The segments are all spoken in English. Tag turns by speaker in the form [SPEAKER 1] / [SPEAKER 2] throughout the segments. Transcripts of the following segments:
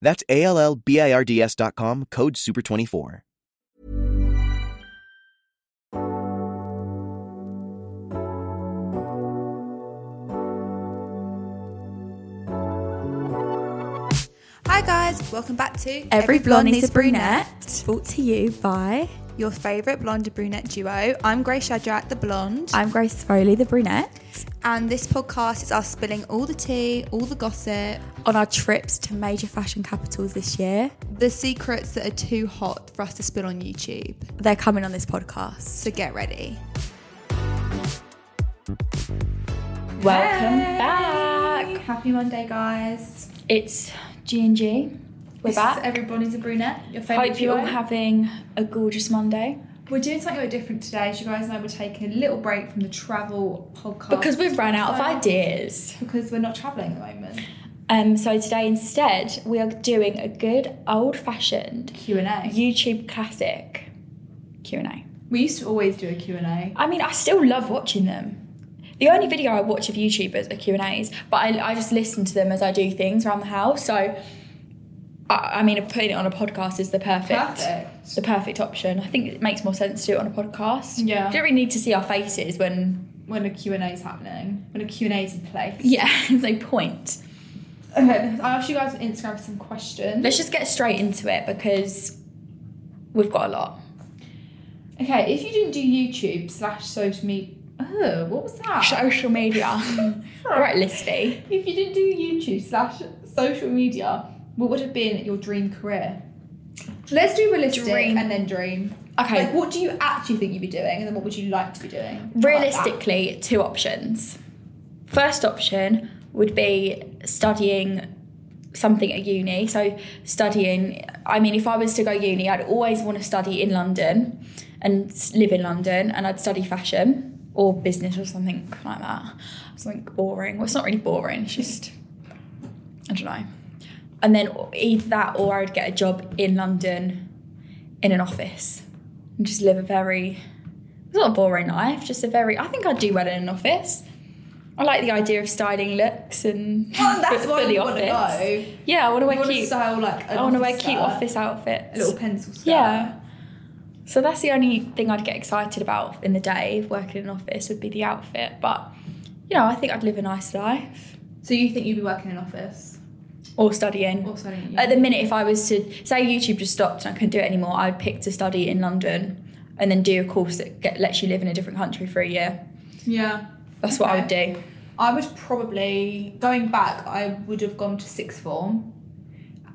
[SPEAKER 1] That's A L L B I R D S dot com, code SUPER24.
[SPEAKER 2] Hi guys, welcome back to
[SPEAKER 3] Every blonde needs a brunette. Brought to you by
[SPEAKER 2] your favourite blonde and brunette duo. I'm Grace Shadrach, the blonde,
[SPEAKER 3] I'm Grace Foley, the brunette.
[SPEAKER 2] and this podcast is us spilling all the tea, all the gossip,
[SPEAKER 3] On our trips to major fashion capitals this year,
[SPEAKER 2] the secrets that are too hot for us to spill on YouTube.
[SPEAKER 3] they're coming on this podcast.
[SPEAKER 2] So get ready.
[SPEAKER 4] Welcome
[SPEAKER 2] Hey!
[SPEAKER 4] back.
[SPEAKER 2] Happy Monday, guys.
[SPEAKER 4] It's G and G. We're
[SPEAKER 2] this is
[SPEAKER 4] back.
[SPEAKER 2] Everyone Needs a brunette. Your favourite
[SPEAKER 4] Hope you're
[SPEAKER 2] duo.
[SPEAKER 4] all having a gorgeous Monday
[SPEAKER 3] Oh,
[SPEAKER 2] we're doing something a bit different today. As you guys know, we're taking a little break from the travel podcast
[SPEAKER 4] because we've run out of ideas.
[SPEAKER 2] because we're not travelling at the moment.
[SPEAKER 4] Um, so today instead we are doing a good old-fashioned
[SPEAKER 2] Q and A.
[SPEAKER 4] YouTube classic Q and A.
[SPEAKER 2] We used to always do a Q and A.
[SPEAKER 4] I mean, I still love watching them. The only video I watch of YouTubers are Q and A's, but I, I just listen to them as I do things around the house. So, I, I mean, putting it on a podcast is the
[SPEAKER 2] Perfect.
[SPEAKER 4] the perfect option. I think it makes more sense to do it on a podcast.
[SPEAKER 2] Yeah.
[SPEAKER 4] You don't really need to see our faces when
[SPEAKER 2] when a Q&A is happening, when a Q&A is in place.
[SPEAKER 4] Yeah, there's no point.
[SPEAKER 2] Okay, I asked you guys on Instagram for some questions.
[SPEAKER 4] Let's just get straight into it because we've got a lot.
[SPEAKER 2] Okay, if you didn't do YouTube slash social media, oh, what was that?
[SPEAKER 4] Social media. All right, Listy.
[SPEAKER 2] if you didn't do YouTube slash social media, what would have been your dream career? Let's do realistic
[SPEAKER 4] Dream.
[SPEAKER 2] and then dream.
[SPEAKER 4] Okay.
[SPEAKER 2] Like, what do you actually think you'd be doing, and then what would you like to be doing? Like
[SPEAKER 4] Realistically, two options. First option would be studying something at uni. So studying, I mean, if I was to go uni, I'd always want to study in London and s- live in London, and I'd study fashion or business or something like that. Something boring. Well, it's not really boring. It's just I don't know. And then either that or I would get a job in London in an office and just live a very it's not a boring life, just a very I think I'd do well in an office. I like the idea of styling looks and
[SPEAKER 2] that. Oh, that's
[SPEAKER 4] for-
[SPEAKER 2] why
[SPEAKER 4] for the
[SPEAKER 2] you want to
[SPEAKER 4] office.
[SPEAKER 2] go.
[SPEAKER 4] Yeah, I want to
[SPEAKER 2] You
[SPEAKER 4] wear
[SPEAKER 2] want to
[SPEAKER 4] cute.
[SPEAKER 2] style like an
[SPEAKER 4] I want to wear
[SPEAKER 2] office
[SPEAKER 4] cute
[SPEAKER 2] skirt,
[SPEAKER 4] office outfits.
[SPEAKER 2] a little pencil skirt.
[SPEAKER 4] yeah. So that's the only thing I'd get excited about in the day of working in an office would be the outfit. But you know, I think I'd live a nice life
[SPEAKER 2] So you think you'd be working in an office?
[SPEAKER 4] or studying.
[SPEAKER 2] Also, I don't know.
[SPEAKER 4] At the minute, if I was to say YouTube just stopped and I couldn't do it anymore, I'd pick to study in London and then do a course that get, lets you live in a different country for a year.
[SPEAKER 2] yeah.
[SPEAKER 4] That's what I would do.
[SPEAKER 2] I would probably going back. I would have gone to sixth form,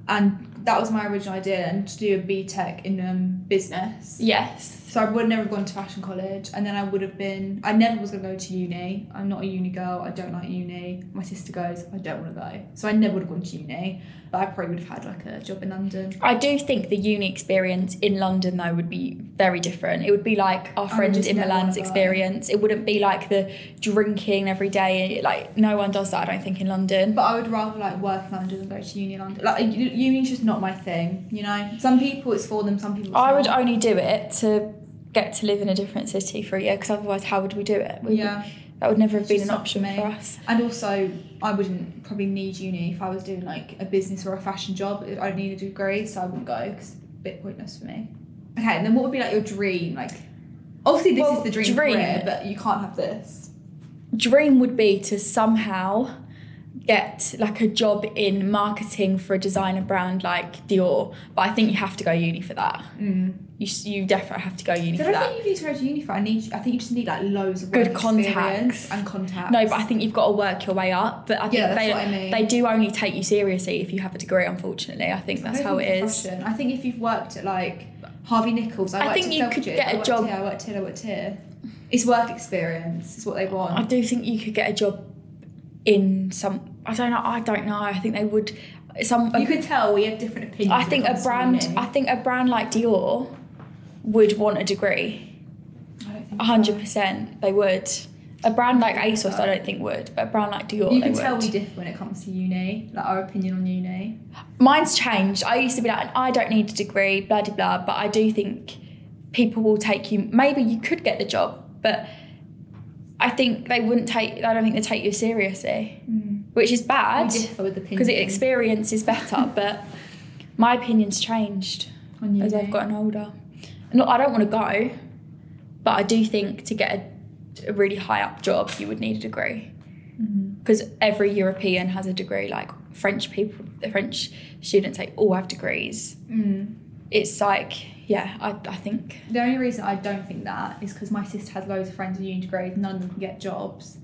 [SPEAKER 2] and that was my original idea, and to do a BTEC in um, business.
[SPEAKER 4] Yes.
[SPEAKER 2] So I would never have gone to fashion college, and then I would have been. I never was gonna go to uni. I'm not a uni girl. I don't like uni. My sister goes. I don't want to go. So I never would have gone to uni. But I probably would have had like a job in London.
[SPEAKER 4] I do think the uni experience in London though would be very different. It would be like our friend
[SPEAKER 2] just
[SPEAKER 4] in
[SPEAKER 2] never wanna
[SPEAKER 4] Milan's
[SPEAKER 2] go.
[SPEAKER 4] experience. It wouldn't be like the drinking every day. Like no one does that, I don't think, in London.
[SPEAKER 2] But I would rather like work in London than go to uni in London. Like u- uni's just not my thing. You know, some people it's for them. Some people it's
[SPEAKER 4] I would
[SPEAKER 2] not.
[SPEAKER 4] only do it to get to live in a different city for a year because otherwise, how would we do it? We would-
[SPEAKER 2] Yeah.
[SPEAKER 4] that would never have been
[SPEAKER 2] Just
[SPEAKER 4] an
[SPEAKER 2] not
[SPEAKER 4] option
[SPEAKER 2] for me.
[SPEAKER 4] for us.
[SPEAKER 2] And also, I wouldn't probably need uni if I was doing like a business or a fashion job. I'd need a degree, so I wouldn't go because it's a bit pointless for me. Okay, and then what would be like your dream? Like, obviously, this
[SPEAKER 4] Well,
[SPEAKER 2] is the dream,
[SPEAKER 4] dream-
[SPEAKER 2] career, but you can't have this.
[SPEAKER 4] dream would be to somehow get like a job in marketing for a designer brand like Dior, but I think you have to go uni for that. You s- you definitely have to go uni
[SPEAKER 2] So
[SPEAKER 4] for
[SPEAKER 2] I don't
[SPEAKER 4] that.
[SPEAKER 2] think you need to go to uni for. I need. I think you just need like loads of
[SPEAKER 4] Good
[SPEAKER 2] work experience
[SPEAKER 4] contacts.
[SPEAKER 2] and contacts.
[SPEAKER 4] No, but I think you've got to work your way up. But I think
[SPEAKER 2] Yeah, that's
[SPEAKER 4] they
[SPEAKER 2] what I mean.
[SPEAKER 4] they do only take you seriously if you have a degree. Unfortunately, I think
[SPEAKER 2] I
[SPEAKER 4] that's
[SPEAKER 2] don't
[SPEAKER 4] how it
[SPEAKER 2] think it's
[SPEAKER 4] is.
[SPEAKER 2] fashion. I think if you've worked at like Harvey Nichols, I,
[SPEAKER 4] I
[SPEAKER 2] worked
[SPEAKER 4] think
[SPEAKER 2] at
[SPEAKER 4] you could
[SPEAKER 2] Selfridges,
[SPEAKER 4] get
[SPEAKER 2] I
[SPEAKER 4] a
[SPEAKER 2] worked
[SPEAKER 4] job-
[SPEAKER 2] Here, I worked here. I worked here. It's work experience. It's what they want.
[SPEAKER 4] I do think you could get a job in some. I don't know. I don't know. I think they would. some
[SPEAKER 2] You could tell we have different opinions.
[SPEAKER 4] I
[SPEAKER 2] when it
[SPEAKER 4] think a
[SPEAKER 2] comes to
[SPEAKER 4] brand
[SPEAKER 2] uni.
[SPEAKER 4] I think a brand like Dior would want a degree.
[SPEAKER 2] I don't think
[SPEAKER 4] hundred
[SPEAKER 2] so.
[SPEAKER 4] percent they would. A brand like ASOS I don't think would, but a brand like Dior
[SPEAKER 2] You
[SPEAKER 4] they
[SPEAKER 2] can tell
[SPEAKER 4] would.
[SPEAKER 2] we differ when it comes to uni, like our opinion on uni.
[SPEAKER 4] Mine's changed. I used to be like, I don't need a degree, blah de blah, but I do think people will take you. Maybe you could get the job, but I think they wouldn't take. I don't think they take you seriously, which is bad
[SPEAKER 2] we differ with opinion
[SPEAKER 4] because experience is better. but my opinion's changed
[SPEAKER 2] on uni.
[SPEAKER 4] as I've gotten older. Not, I don't want to go, but I do think to get a, a really high up job, you would need a degree.
[SPEAKER 2] Mm-hmm.
[SPEAKER 4] Because every European has a degree. Like French people, the French students, they all have degrees.
[SPEAKER 2] Mm.
[SPEAKER 4] It's like, yeah, I, I think.
[SPEAKER 2] The only reason I don't think that is because my sister has loads of friends with uni degrees, none of them can get jobs.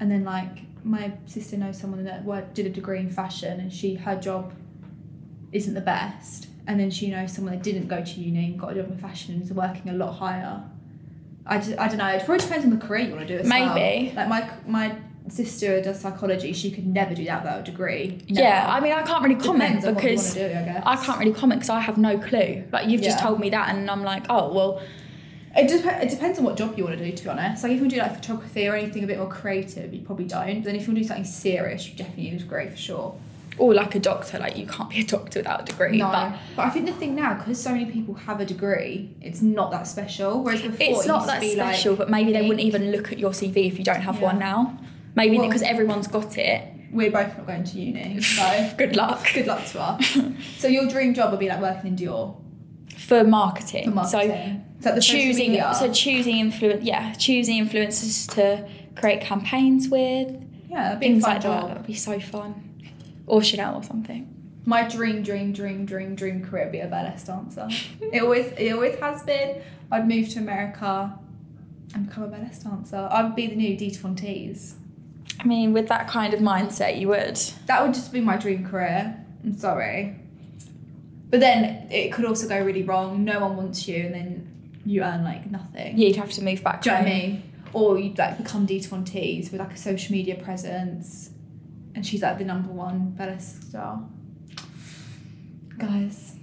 [SPEAKER 2] And then like my sister knows someone that worked, did a degree in fashion and she her job isn't the best. And then she knows someone that didn't go to uni and got a job in fashion and is working a lot higher. I, just, I don't know. It probably depends on the career you want to do as well.
[SPEAKER 4] Maybe.
[SPEAKER 2] Like my my sister does psychology. She could never do that without a degree.
[SPEAKER 4] Yeah,
[SPEAKER 2] Never.
[SPEAKER 4] I mean, I can't really comment
[SPEAKER 2] Depends on what you
[SPEAKER 4] because
[SPEAKER 2] wanna do, I guess.
[SPEAKER 4] I can't really comment because I have no clue. Like, you've just
[SPEAKER 2] Yeah.
[SPEAKER 4] told me that, and I'm like, oh, well,
[SPEAKER 2] It, dep- it depends on what job you want to do, to be honest. Like, if you want to do like photography or anything a bit more creative, you probably don't. But then if you want to do something serious, you definitely need a degree for sure.
[SPEAKER 4] or like a doctor, like, you can't be a doctor without a degree.
[SPEAKER 2] No,
[SPEAKER 4] But
[SPEAKER 2] but, I think the thing now, because so many people have a degree, it's not that special. Whereas before,
[SPEAKER 4] it's
[SPEAKER 2] it
[SPEAKER 4] not
[SPEAKER 2] used
[SPEAKER 4] that
[SPEAKER 2] to be
[SPEAKER 4] special,
[SPEAKER 2] Like,
[SPEAKER 4] but maybe they wouldn't even look at your CV if you don't have
[SPEAKER 2] Yeah.
[SPEAKER 4] one now. Maybe
[SPEAKER 2] Well-
[SPEAKER 4] because everyone's got it.
[SPEAKER 2] we're both not going to uni, so
[SPEAKER 4] Good luck
[SPEAKER 2] good luck to us. so your dream job would be like working in Dior
[SPEAKER 4] for marketing.
[SPEAKER 2] for marketing. So, the social
[SPEAKER 4] choosing,
[SPEAKER 2] media-
[SPEAKER 4] so choosing influ yeah, choosing influencers to create campaigns with
[SPEAKER 2] yeah, that'd be a
[SPEAKER 4] things
[SPEAKER 2] fun
[SPEAKER 4] like that.
[SPEAKER 2] job.
[SPEAKER 4] That'd be so fun. Or Chanel or something.
[SPEAKER 2] My dream, dream, dream, dream, dream career would be a ballet dancer. it always, it always has been. I'd move to America and become a ballet dancer. I'd be the new Dita Von Teese.
[SPEAKER 4] I mean, with that kind of mindset, you would.
[SPEAKER 2] That would just be my dream career. I'm sorry, but then it could also go really wrong. No one wants you, and then you earn like nothing.
[SPEAKER 4] You'd have to move back.
[SPEAKER 2] Do you know what I
[SPEAKER 4] home.
[SPEAKER 2] mean? Or you'd like become Dita Von Teese with like a social media presence, and she's like the number one ballet star. Guys.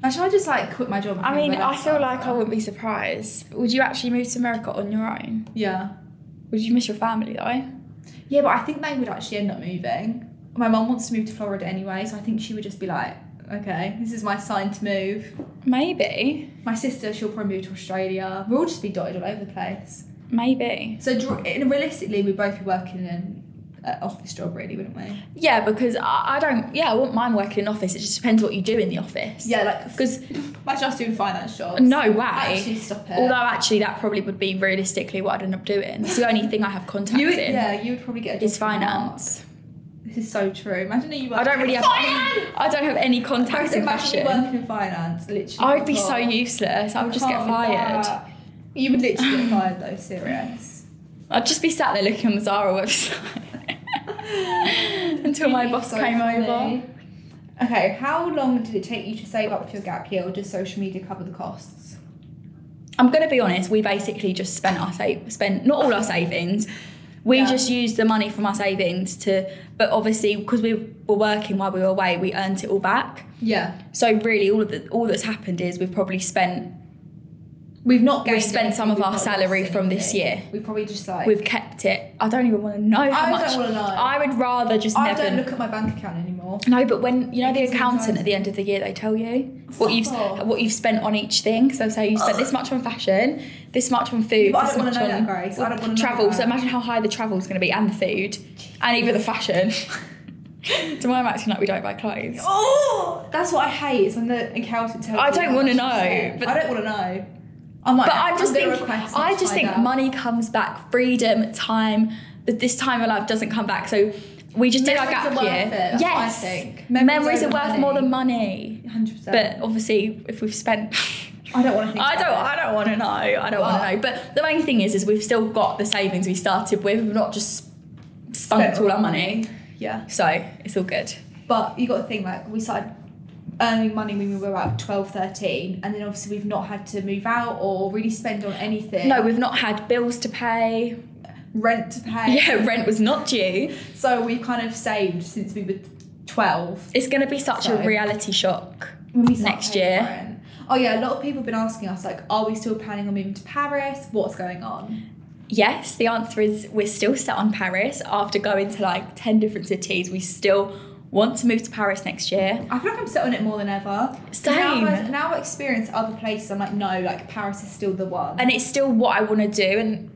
[SPEAKER 2] Now, should I just like quit my job? and
[SPEAKER 4] I
[SPEAKER 2] become a
[SPEAKER 4] mean, I
[SPEAKER 2] ballet
[SPEAKER 4] feel like
[SPEAKER 2] dancer?
[SPEAKER 4] I wouldn't be surprised. Would you actually move to America on your own?
[SPEAKER 2] Yeah.
[SPEAKER 4] Would you miss your family though?
[SPEAKER 2] Yeah, but I think they would actually end up moving. My mum wants to move to Florida anyway, so I think she would just be like, okay, this is my sign to move.
[SPEAKER 4] Maybe.
[SPEAKER 2] My sister, she'll probably move to Australia. We'll all just be dotted all over the place.
[SPEAKER 4] Maybe.
[SPEAKER 2] So, dr- and realistically, we'd both be working in an uh, office job, really, wouldn't we?
[SPEAKER 4] Yeah, because I, I don't. Yeah, I wouldn't mind working in office. It just depends what you do in the office.
[SPEAKER 2] Yeah, like,
[SPEAKER 4] Because
[SPEAKER 2] imagine us doing finance jobs.
[SPEAKER 4] no way.
[SPEAKER 2] Actually, stop it.
[SPEAKER 4] Although actually, that probably would be realistically what I'd end up doing. It's the only thing I have contacts
[SPEAKER 2] you would,
[SPEAKER 4] in.
[SPEAKER 2] yeah, you would probably get a job.
[SPEAKER 4] Is
[SPEAKER 2] from
[SPEAKER 4] finance.
[SPEAKER 2] Mark. This is so true. Imagine that you work
[SPEAKER 4] I don't really have.
[SPEAKER 2] finance!
[SPEAKER 4] Any, I don't have any contacts in
[SPEAKER 2] Imagine you
[SPEAKER 4] fashion.
[SPEAKER 2] working in finance, literally.
[SPEAKER 4] I would be
[SPEAKER 2] Oh.
[SPEAKER 4] so useless. I would just get
[SPEAKER 2] Can't be
[SPEAKER 4] fired.
[SPEAKER 2] that. You would literally get fired though, serious.
[SPEAKER 4] I'd just be sat there looking on the Zara website until my
[SPEAKER 2] You'd be
[SPEAKER 4] boss
[SPEAKER 2] so
[SPEAKER 4] came
[SPEAKER 2] funny.
[SPEAKER 4] over.
[SPEAKER 2] Okay, how long did it take you to save up for your gap year or does social media cover the costs?
[SPEAKER 4] I'm gonna be honest. We basically just spent our save, spent not all our savings. We
[SPEAKER 2] Yeah.
[SPEAKER 4] just used the money from our savings to, but obviously because we were working while we were away, we earned it all back.
[SPEAKER 2] Yeah.
[SPEAKER 4] So really, all of the, all that's happened is we've probably spent
[SPEAKER 2] We've not
[SPEAKER 4] We've
[SPEAKER 2] gained
[SPEAKER 4] spent
[SPEAKER 2] anything,
[SPEAKER 4] some of
[SPEAKER 2] we've
[SPEAKER 4] our
[SPEAKER 2] not
[SPEAKER 4] salary
[SPEAKER 2] lost
[SPEAKER 4] from this
[SPEAKER 2] anything.
[SPEAKER 4] year.
[SPEAKER 2] We've probably just like
[SPEAKER 4] we've kept it. I don't even want to know how
[SPEAKER 2] I
[SPEAKER 4] much.
[SPEAKER 2] don't wanna know.
[SPEAKER 4] I would rather just
[SPEAKER 2] I
[SPEAKER 4] never.
[SPEAKER 2] don't look at my bank account anymore.
[SPEAKER 4] no, but when you know the
[SPEAKER 2] gives me
[SPEAKER 4] accountant
[SPEAKER 2] anxiety.
[SPEAKER 4] at the end of the year, they tell you what you've
[SPEAKER 2] off.
[SPEAKER 4] what you've spent on each thing. So say you spent this much on fashion, this much on food,
[SPEAKER 2] But I
[SPEAKER 4] this
[SPEAKER 2] don't wanna
[SPEAKER 4] much
[SPEAKER 2] know
[SPEAKER 4] on
[SPEAKER 2] that, Grace. I don't wanna know
[SPEAKER 4] travel.
[SPEAKER 2] that.
[SPEAKER 4] So imagine how high the travel's going to be, and the food, and even the fashion. Do I'm acting like we don't buy clothes?
[SPEAKER 2] Oh, that's what I hate. Is when the accountant tells.
[SPEAKER 4] I
[SPEAKER 2] you
[SPEAKER 4] don't
[SPEAKER 2] how
[SPEAKER 4] wanna
[SPEAKER 2] much
[SPEAKER 4] know,
[SPEAKER 2] you spent.
[SPEAKER 4] but-
[SPEAKER 2] I don't want to know. I'm like,
[SPEAKER 4] But I'm just
[SPEAKER 2] gonna
[SPEAKER 4] thinking.
[SPEAKER 2] request
[SPEAKER 4] I
[SPEAKER 2] not to
[SPEAKER 4] just
[SPEAKER 2] find
[SPEAKER 4] think
[SPEAKER 2] out.
[SPEAKER 4] money comes back, freedom, time. That this time of life doesn't come back. So we just did our
[SPEAKER 2] Memories
[SPEAKER 4] gap
[SPEAKER 2] are worth
[SPEAKER 4] year.
[SPEAKER 2] it, that's what I
[SPEAKER 4] yes,
[SPEAKER 2] think.
[SPEAKER 4] memories,
[SPEAKER 2] Memories
[SPEAKER 4] are
[SPEAKER 2] over
[SPEAKER 4] worth
[SPEAKER 2] money.
[SPEAKER 4] more than money.
[SPEAKER 2] 100%.
[SPEAKER 4] But obviously, if we've spent.
[SPEAKER 2] I don't want to think.
[SPEAKER 4] I don't.
[SPEAKER 2] about it.
[SPEAKER 4] I don't want to know. I don't want to
[SPEAKER 2] Well-
[SPEAKER 4] know. But the main thing is, is we've still got the savings we started with. We've not just spunked
[SPEAKER 2] Spent
[SPEAKER 4] all our money,
[SPEAKER 2] Yeah.
[SPEAKER 4] so it's all good.
[SPEAKER 2] But you got to think, like, we started earning money when we were about 12, 13, and then obviously we've not had to move out or really spend on anything.
[SPEAKER 4] No, we've not had bills to pay.
[SPEAKER 2] rent to pay.
[SPEAKER 4] Yeah, rent was not due.
[SPEAKER 2] So we kind of saved since we were 12
[SPEAKER 4] It's going to be such
[SPEAKER 2] So-
[SPEAKER 4] a reality shock.
[SPEAKER 2] when we start
[SPEAKER 4] Next
[SPEAKER 2] paying
[SPEAKER 4] year.
[SPEAKER 2] rent. Oh yeah, a lot of people have been asking us like, are we still planning on moving to Paris? What's going on?
[SPEAKER 4] Yes, the answer is we're still set on Paris. After going to like 10 different cities, we still want to move to Paris next year.
[SPEAKER 2] I feel like I'm set on it more than ever. 'Cause
[SPEAKER 4] Same.
[SPEAKER 2] Now, I've, now I've experienced other places. I'm like, no, like Paris is still the one.
[SPEAKER 4] And it's still what I want to do. And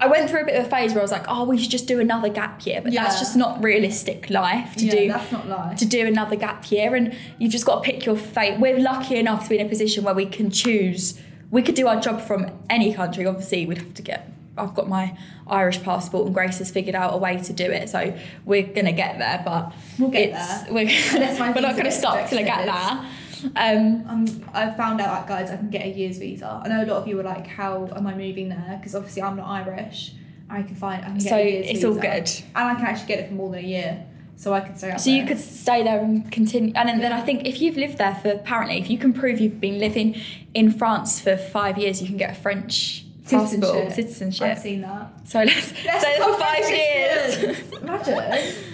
[SPEAKER 4] I went through a bit of a phase where I was like, oh, we should just do another gap year. But that's
[SPEAKER 2] Yeah.
[SPEAKER 4] just not realistic life to
[SPEAKER 2] yeah,
[SPEAKER 4] do.
[SPEAKER 2] that's not life.
[SPEAKER 4] to do another gap year and you've just got to pick your fate. We're lucky enough to be in a position where we can choose. We could do our job from any country. Obviously, we'd have to get I've got my Irish passport and Grace has figured out a way to do it. So we're going to get there, but
[SPEAKER 2] We'll get
[SPEAKER 4] it's,
[SPEAKER 2] there.
[SPEAKER 4] We're,
[SPEAKER 2] Unless my
[SPEAKER 4] we're
[SPEAKER 2] visa
[SPEAKER 4] not going to
[SPEAKER 2] gets
[SPEAKER 4] stop till I get there. Um,
[SPEAKER 2] Um, I found out like guys, I can get a year's visa. I know a lot of you were like, "How am I moving there?" Because obviously I'm not Irish. I can find. I can get
[SPEAKER 4] So
[SPEAKER 2] a year's
[SPEAKER 4] it's all
[SPEAKER 2] visa.
[SPEAKER 4] good.
[SPEAKER 2] and I can actually get it for more than a year, so I could stay. Out
[SPEAKER 4] so you
[SPEAKER 2] there.
[SPEAKER 4] could stay there and continue. And then, then I think if you've lived there for apparently, if you can prove you've been living in France for five years, you can get a French passport citizenship.
[SPEAKER 2] I've seen that.
[SPEAKER 4] So let's,
[SPEAKER 2] Let's
[SPEAKER 4] say for
[SPEAKER 2] talk
[SPEAKER 4] five years.
[SPEAKER 2] citizens. Imagine.
[SPEAKER 4] I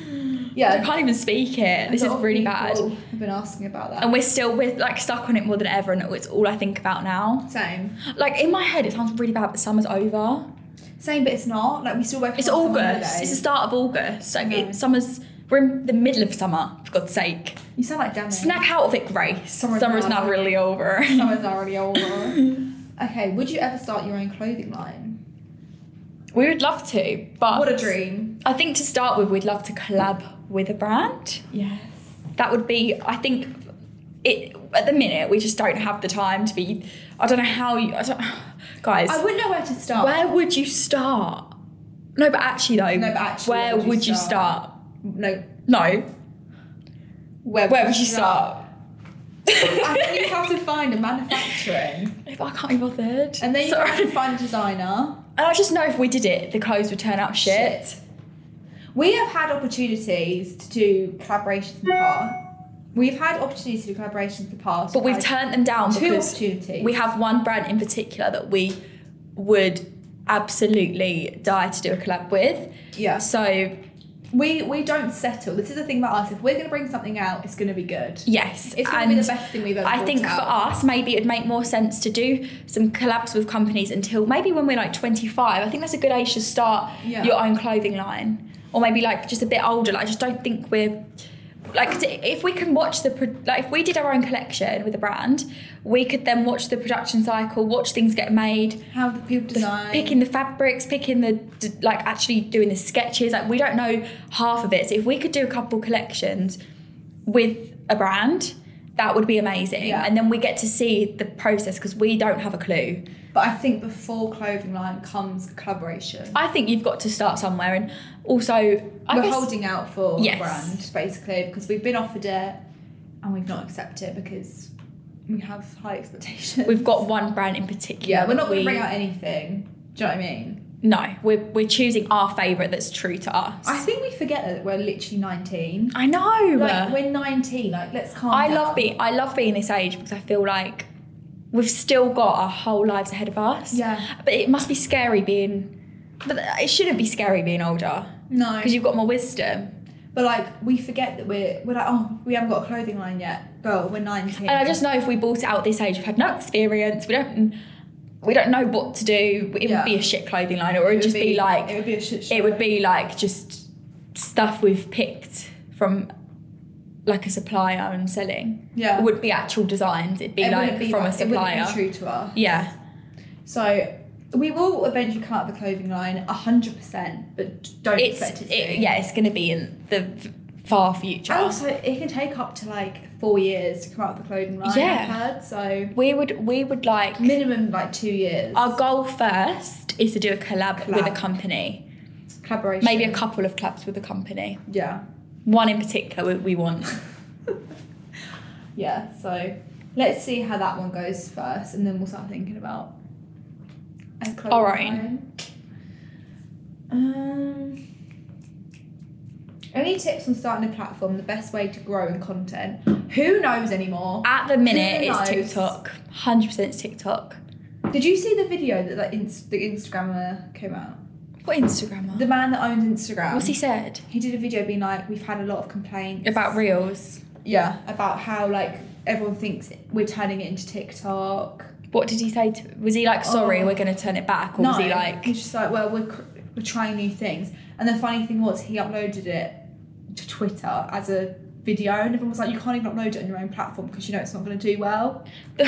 [SPEAKER 2] Yeah.
[SPEAKER 4] can't even speak it. This
[SPEAKER 2] a
[SPEAKER 4] is
[SPEAKER 2] lot of
[SPEAKER 4] really
[SPEAKER 2] people
[SPEAKER 4] bad.
[SPEAKER 2] Have been asking about that.
[SPEAKER 4] And we're still we're like stuck on it more than ever, and it's all I think about now.
[SPEAKER 2] Same.
[SPEAKER 4] Like in my head, it sounds really bad, but summer's over.
[SPEAKER 2] Same, but it's not. Like we still work.
[SPEAKER 4] It's
[SPEAKER 2] hard on
[SPEAKER 4] August.
[SPEAKER 2] holidays.
[SPEAKER 4] It's the start of August. Like
[SPEAKER 2] No.
[SPEAKER 4] it, summer's we're in the middle of summer. For God's sake,
[SPEAKER 2] You sound like Demi.
[SPEAKER 4] snap out of it, Grace.
[SPEAKER 2] Summer's
[SPEAKER 4] Summer's,
[SPEAKER 2] now
[SPEAKER 4] now really over.
[SPEAKER 2] Someone's already older. okay. Would you ever start your own clothing line?
[SPEAKER 4] we would love to, but
[SPEAKER 2] What a dream.
[SPEAKER 4] I think to start with, we'd love to collab with a brand.
[SPEAKER 2] Yes.
[SPEAKER 4] that would be i think it at the minute we just don't have the time to be i don't know how you I don't, guys
[SPEAKER 2] I wouldn't know where to start.
[SPEAKER 4] where would you start no but actually though
[SPEAKER 2] No, but actually,
[SPEAKER 4] where would, you, start?
[SPEAKER 2] No.
[SPEAKER 4] no
[SPEAKER 2] Where,
[SPEAKER 4] where would you start
[SPEAKER 2] I think you have to find a manufacturing.
[SPEAKER 4] If I can't be bothered.
[SPEAKER 2] And then you
[SPEAKER 4] Sorry.
[SPEAKER 2] have to find a designer.
[SPEAKER 4] And I just know if we did it, the clothes would turn out shit.
[SPEAKER 2] We have had opportunities to do collaborations in the past. We've had opportunities to do collaborations in the past.
[SPEAKER 4] But we've
[SPEAKER 2] had
[SPEAKER 4] turned them down
[SPEAKER 2] two
[SPEAKER 4] because
[SPEAKER 2] opportunities.
[SPEAKER 4] we have one brand in particular that we would absolutely die to do a collab with.
[SPEAKER 2] yeah.
[SPEAKER 4] So
[SPEAKER 2] We we don't settle. This is the thing about us. If we're gonna bring something out, it's gonna be good.
[SPEAKER 4] Yes,
[SPEAKER 2] It's gonna
[SPEAKER 4] and
[SPEAKER 2] be the best thing we've ever
[SPEAKER 4] I
[SPEAKER 2] brought
[SPEAKER 4] think
[SPEAKER 2] out.
[SPEAKER 4] for us, maybe it'd make more sense to do some collabs with companies until maybe when we're like 25. I think that's a good age to start
[SPEAKER 2] Yeah.
[SPEAKER 4] your own clothing line, or maybe like just a bit older. Like, I just don't think we're like to, if we can watch the pro- like if we did our own collection with a brand, we could then watch the production cycle, watch things get made,
[SPEAKER 2] How the people
[SPEAKER 4] the-
[SPEAKER 2] design
[SPEAKER 4] picking the fabrics, picking the d- like actually doing the sketches. Like we don't know half of it. So if we could do a couple collections with a brand, that would be amazing.
[SPEAKER 2] Yeah.
[SPEAKER 4] And then we get to see the process because we don't have a clue.
[SPEAKER 2] But I think before clothing line comes collaboration.
[SPEAKER 4] I think you've got to start somewhere, and also I
[SPEAKER 2] we're
[SPEAKER 4] guess-
[SPEAKER 2] holding out for
[SPEAKER 4] Yes.
[SPEAKER 2] the brand basically because we've been offered it and we've not accepted it because we have high expectations.
[SPEAKER 4] We've got one brand in particular.
[SPEAKER 2] yeah, we're
[SPEAKER 4] that
[SPEAKER 2] not going
[SPEAKER 4] we-
[SPEAKER 2] to bring out anything. Do you know what I mean?
[SPEAKER 4] No, we're we're choosing our favorite that's true to us.
[SPEAKER 2] I think we forget that we're literally nineteen.
[SPEAKER 4] I know.
[SPEAKER 2] Like we're nineteen. Like let's calm.
[SPEAKER 4] I
[SPEAKER 2] down.
[SPEAKER 4] love being I love being this age because I feel like we've still got our whole lives ahead of us.
[SPEAKER 2] Yeah.
[SPEAKER 4] But it must be scary being but it shouldn't be scary being older
[SPEAKER 2] No,
[SPEAKER 4] because you've got more wisdom.
[SPEAKER 2] but like we forget that we're we're like oh we haven't got a clothing line yet, girl. We're nineteen.
[SPEAKER 4] And I just know if we bought it out at this age, we've had no experience. We don't we don't know what to do. It
[SPEAKER 2] Yeah.
[SPEAKER 4] would be a shit clothing line or it would,
[SPEAKER 2] It would
[SPEAKER 4] just be, like
[SPEAKER 2] it would be a shit show.
[SPEAKER 4] it would be like just stuff we've picked from like a supplier and selling.
[SPEAKER 2] yeah.
[SPEAKER 4] It wouldn't be actual designs. It'd be
[SPEAKER 2] It wouldn't
[SPEAKER 4] like from a
[SPEAKER 2] like- it wouldn't be
[SPEAKER 4] supplier.
[SPEAKER 2] true to us.
[SPEAKER 4] Yeah.
[SPEAKER 2] So we will eventually cut the clothing line hundred percent, but don't
[SPEAKER 4] it's
[SPEAKER 2] expect it. To.
[SPEAKER 4] it, yeah, it's going to be in the v- far future.
[SPEAKER 2] And also, it can take up to like four years to come out with the clothing line.
[SPEAKER 4] Yeah.
[SPEAKER 2] I've heard, so
[SPEAKER 4] we would we would like
[SPEAKER 2] minimum like two years.
[SPEAKER 4] our goal first is to do a collab,
[SPEAKER 2] Collab.
[SPEAKER 4] with a company,
[SPEAKER 2] collaboration.
[SPEAKER 4] maybe a couple of collabs with a company.
[SPEAKER 2] Yeah.
[SPEAKER 4] One in particular we, we want.
[SPEAKER 2] Yeah. So let's see how that one goes first, and then we'll start thinking about. a clothing
[SPEAKER 4] All right.
[SPEAKER 2] line. Um. Any tips on starting a platform? The best way to grow in content? Who knows anymore?
[SPEAKER 4] At the minute,
[SPEAKER 2] Who
[SPEAKER 4] it's
[SPEAKER 2] knows?
[SPEAKER 4] TikTok. Hundred percent TikTok.
[SPEAKER 2] Did you see the video that that, ins- the Instagrammer came out?
[SPEAKER 4] What Instagrammer?
[SPEAKER 2] The man that owns Instagram.
[SPEAKER 4] What's he said?
[SPEAKER 2] He did a video being like, we've had a lot of complaints
[SPEAKER 4] About reels.
[SPEAKER 2] yeah about how like everyone thinks we're turning it into TikTok.
[SPEAKER 4] What did he say? To, was he like, sorry,
[SPEAKER 2] Oh.
[SPEAKER 4] we're going to turn it back? Or was he like,
[SPEAKER 2] he's just like, well, we're cr- we're trying new things. And the funny thing was, he uploaded it to Twitter as a video, and everyone was like, you can't even upload it on your own platform because you know it's not going to do well.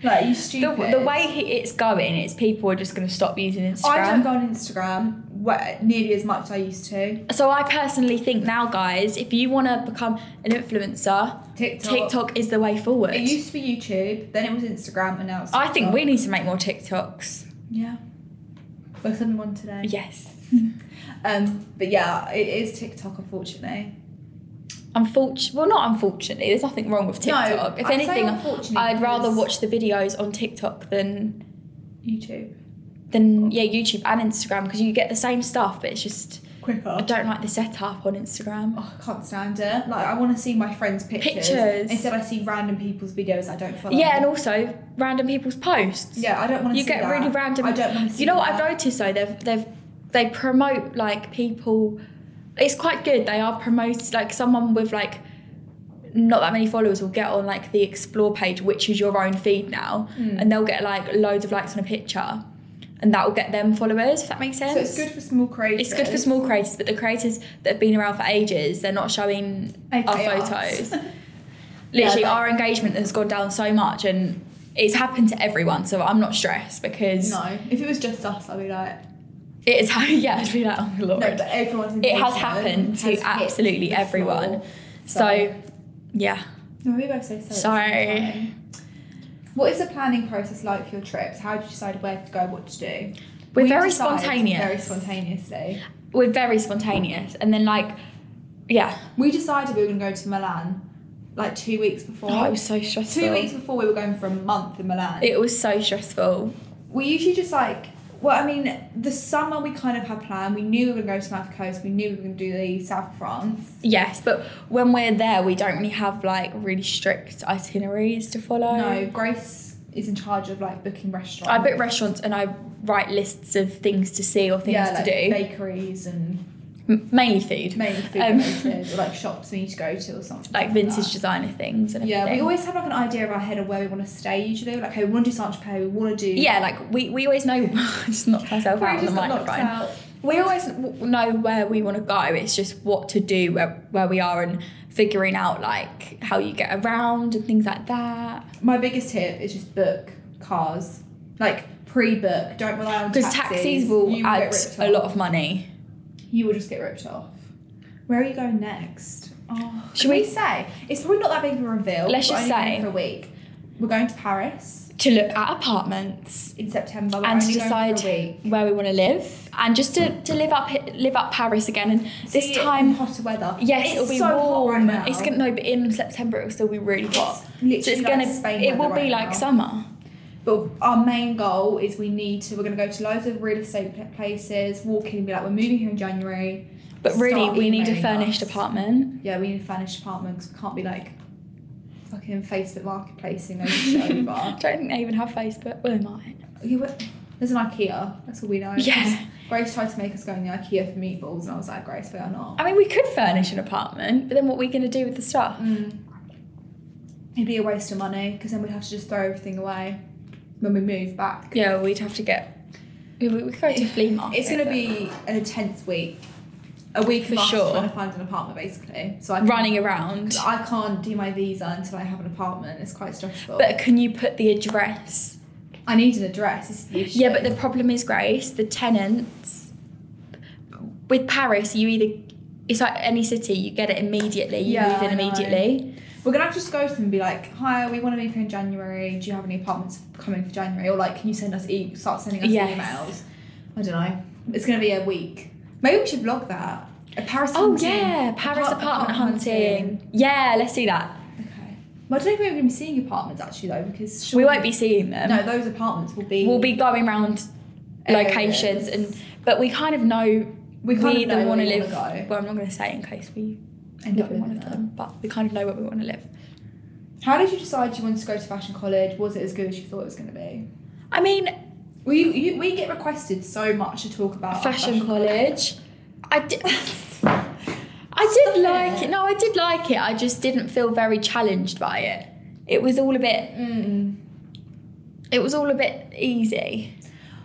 [SPEAKER 2] Like you
[SPEAKER 4] the,
[SPEAKER 2] stupid.
[SPEAKER 4] the way he, it's going, it's people are just going to stop using Instagram.
[SPEAKER 2] I don't go on Instagram wh- nearly as much as I used to.
[SPEAKER 4] so I personally think now, guys, if you want to become an influencer,
[SPEAKER 2] TikTok.
[SPEAKER 4] TikTok is the way forward.
[SPEAKER 2] It used to be YouTube, then it was Instagram, and now it's.
[SPEAKER 4] I think
[SPEAKER 2] TikTok.
[SPEAKER 4] we need to make more TikToks.
[SPEAKER 2] Yeah. We're filming one today.
[SPEAKER 4] Yes.
[SPEAKER 2] Um, but yeah, it is TikTok, unfortunately.
[SPEAKER 4] Unfortunately, well, not unfortunately. There's nothing wrong with TikTok. if
[SPEAKER 2] I'd say
[SPEAKER 4] anything,
[SPEAKER 2] unfortunately
[SPEAKER 4] I'd rather
[SPEAKER 2] because-
[SPEAKER 4] watch the videos on TikTok than
[SPEAKER 2] YouTube.
[SPEAKER 4] than yeah YouTube and Instagram because you get the same stuff, but it's just I
[SPEAKER 2] Quicker.
[SPEAKER 4] don't like the setup on Instagram.
[SPEAKER 2] Oh, I can't stand it. Like, I want to see my friends' pictures.
[SPEAKER 4] Pictures.
[SPEAKER 2] Instead, I see random people's videos I don't follow.
[SPEAKER 4] Yeah, and also random people's posts.
[SPEAKER 2] yeah, I don't want to
[SPEAKER 4] you
[SPEAKER 2] see
[SPEAKER 4] get
[SPEAKER 2] that.
[SPEAKER 4] really random.
[SPEAKER 2] I don't want to see
[SPEAKER 4] You know what
[SPEAKER 2] that.
[SPEAKER 4] I've noticed though? They've they've they promote like people. It's quite good. They are promoted like someone with like not that many followers will get on like the explore page, which is your own feed now,
[SPEAKER 2] Hmm.
[SPEAKER 4] and they'll get like loads of likes on a picture, and that will get them followers. If that makes sense.
[SPEAKER 2] So it's good for small creators.
[SPEAKER 4] It's good for small creators, but the creators that have been around for ages, they're not showing
[SPEAKER 2] AKRs.
[SPEAKER 4] our photos. Literally,
[SPEAKER 2] Yeah,
[SPEAKER 4] our engagement has gone down so much, and it's happened to everyone. So I'm not stressed because
[SPEAKER 2] No, if it was just us, I'd be like,
[SPEAKER 4] it is how yeah, I'd be like, oh lord,
[SPEAKER 2] no, but everyone's.
[SPEAKER 4] it has
[SPEAKER 2] engagement
[SPEAKER 4] happened
[SPEAKER 2] has
[SPEAKER 4] to
[SPEAKER 2] hit
[SPEAKER 4] absolutely
[SPEAKER 2] the
[SPEAKER 4] everyone.
[SPEAKER 2] floor.
[SPEAKER 4] So, yeah,
[SPEAKER 2] No, we both say so.
[SPEAKER 4] So-
[SPEAKER 2] What is the planning process like for your trips? How do you decide where to go, what to do?
[SPEAKER 4] we're
[SPEAKER 2] We
[SPEAKER 4] very
[SPEAKER 2] decide
[SPEAKER 4] spontaneous.
[SPEAKER 2] Very spontaneously.
[SPEAKER 4] We're very spontaneous, and then like, yeah,
[SPEAKER 2] We decided we were going to go to Milan like two weeks before.
[SPEAKER 4] oh, it was so stressful.
[SPEAKER 2] Two weeks before we were going for a month in Milan.
[SPEAKER 4] It was so stressful.
[SPEAKER 2] we usually just like well, I mean, the summer we kind of had planned. We knew we were going to go to South Coast. We knew we were going to do the South of France.
[SPEAKER 4] Yes, but when we're there, we don't really have like really strict itineraries to follow.
[SPEAKER 2] No, Grace is in charge of like booking restaurants.
[SPEAKER 4] Oh, I book restaurants and I write lists of things to see or things
[SPEAKER 2] yeah,
[SPEAKER 4] to
[SPEAKER 2] like
[SPEAKER 4] do.
[SPEAKER 2] bakeries and
[SPEAKER 4] M- mainly food,
[SPEAKER 2] mainly food
[SPEAKER 4] Um,
[SPEAKER 2] places or like shops we need to go to or something.
[SPEAKER 4] like
[SPEAKER 2] that.
[SPEAKER 4] vintage designer things and
[SPEAKER 2] Ah. Yeah, we
[SPEAKER 4] everything.
[SPEAKER 2] always have like an idea of our head of where we want to stay. Usually, like, hey, we want to do Saint Tropez. We want to do
[SPEAKER 4] yeah, like we, we always know. just knocked myself
[SPEAKER 2] We
[SPEAKER 4] out on the
[SPEAKER 2] just got knocked
[SPEAKER 4] microphone.
[SPEAKER 2] out.
[SPEAKER 4] We always w- know where we want to go. It's just what to do where, where we are and figuring out like how you get around and things like that.
[SPEAKER 2] My biggest tip is just book cars. Like pre-book. Don't rely on
[SPEAKER 4] Because
[SPEAKER 2] taxis.
[SPEAKER 4] taxis will
[SPEAKER 2] You
[SPEAKER 4] add
[SPEAKER 2] get ripped
[SPEAKER 4] a
[SPEAKER 2] off.
[SPEAKER 4] lot of money.
[SPEAKER 2] You will just get ripped off. Where are you going next? Oh,
[SPEAKER 4] Should
[SPEAKER 2] should we
[SPEAKER 4] we-
[SPEAKER 2] say it's probably not that big of a reveal?
[SPEAKER 4] Let's
[SPEAKER 2] We're only
[SPEAKER 4] just
[SPEAKER 2] going
[SPEAKER 4] say-
[SPEAKER 2] for a week. We're going to Paris
[SPEAKER 4] To look at apartments.
[SPEAKER 2] in September. We're
[SPEAKER 4] and to
[SPEAKER 2] only going
[SPEAKER 4] decide
[SPEAKER 2] for a week.
[SPEAKER 4] where we want to live and just to, to live up live up Paris again and this
[SPEAKER 2] See, in
[SPEAKER 4] time
[SPEAKER 2] hotter weather.
[SPEAKER 4] yes
[SPEAKER 2] It's
[SPEAKER 4] it'll be
[SPEAKER 2] so hot right
[SPEAKER 4] warm
[SPEAKER 2] now.
[SPEAKER 4] it's gonna no but in September it'll still be really hot
[SPEAKER 2] literally
[SPEAKER 4] so it's
[SPEAKER 2] like
[SPEAKER 4] gonna
[SPEAKER 2] Spain
[SPEAKER 4] it will
[SPEAKER 2] weather
[SPEAKER 4] be
[SPEAKER 2] right
[SPEAKER 4] like
[SPEAKER 2] now.
[SPEAKER 4] summer
[SPEAKER 2] But our main goal is we need to. We're gonna go to loads of real estate pla- places, walk in, and be like, we're moving here in January.
[SPEAKER 4] but really
[SPEAKER 2] Start
[SPEAKER 4] we need a
[SPEAKER 2] emailing
[SPEAKER 4] furnished
[SPEAKER 2] us.
[SPEAKER 4] apartment
[SPEAKER 2] Yeah, we need a furnished apartment 'cause we can't be like fucking Facebook marketplacing those shit
[SPEAKER 4] I
[SPEAKER 2] over.
[SPEAKER 4] don't think they even have Facebook well they might
[SPEAKER 2] Okay, what- There's an IKEA. That's all we know.
[SPEAKER 4] Yeah.
[SPEAKER 2] Grace tried to make us go in the IKEA for meatballs, and I was like, Grace, we are not.
[SPEAKER 4] I mean we could furnish an apartment but then what are we gonna do with the stuff
[SPEAKER 2] Mm. It'd be a waste of money because then we'd have to just throw everything away when we move back.
[SPEAKER 4] yeah we'd have to get we, we could go to a flea market
[SPEAKER 2] It's going to
[SPEAKER 4] but-
[SPEAKER 2] be an intense week. A week
[SPEAKER 4] For
[SPEAKER 2] of us
[SPEAKER 4] sure.
[SPEAKER 2] trying to find an apartment, basically. So I can't-
[SPEAKER 4] running around
[SPEAKER 2] I can't do my visa until I have an apartment. It's quite stressful.
[SPEAKER 4] but can you put the address
[SPEAKER 2] I need an address. This is the issue.
[SPEAKER 4] Yeah, but the problem is, Grace, the tenants with Paris, you either it's like any city, you get it immediately, you
[SPEAKER 2] Yeah,
[SPEAKER 4] move in
[SPEAKER 2] I know.
[SPEAKER 4] immediately.
[SPEAKER 2] We're gonna have to just go to them and be like, "Hi, we want to move here in January. Do you have any apartments coming for January? Or like, can you send us e- start sending us
[SPEAKER 4] Yes.
[SPEAKER 2] emails? I don't know. It's gonna be a week. Maybe we should vlog that. A Paris.
[SPEAKER 4] Oh
[SPEAKER 2] hunting.
[SPEAKER 4] yeah, Paris
[SPEAKER 2] Apart-
[SPEAKER 4] apartment
[SPEAKER 2] apartment
[SPEAKER 4] hunting. Yeah, let's do that.
[SPEAKER 2] Okay. Well, I don't think we're gonna be seeing apartments actually though, because
[SPEAKER 4] We
[SPEAKER 2] surely-
[SPEAKER 4] won't be seeing them.
[SPEAKER 2] No, those apartments will be.
[SPEAKER 4] We'll be going around
[SPEAKER 2] areas.
[SPEAKER 4] locations and but we kind of know
[SPEAKER 2] We kind of know where
[SPEAKER 4] wanna
[SPEAKER 2] we wanna
[SPEAKER 4] live.
[SPEAKER 2] go.
[SPEAKER 4] Well, I'm not going to say it in case we
[SPEAKER 2] end
[SPEAKER 4] live
[SPEAKER 2] up
[SPEAKER 4] in one
[SPEAKER 2] in
[SPEAKER 4] of them, but we kind of know where we want to live.
[SPEAKER 2] How did you decide you wanted to go to fashion college? Was it as good as you thought it was gonna be?
[SPEAKER 4] I mean,
[SPEAKER 2] We you, we get requested so much to talk about our
[SPEAKER 4] fashion college. I did. I did like it. No, I did like it. I just didn't feel very challenged by it. It was all a bit. It was all a bit easy.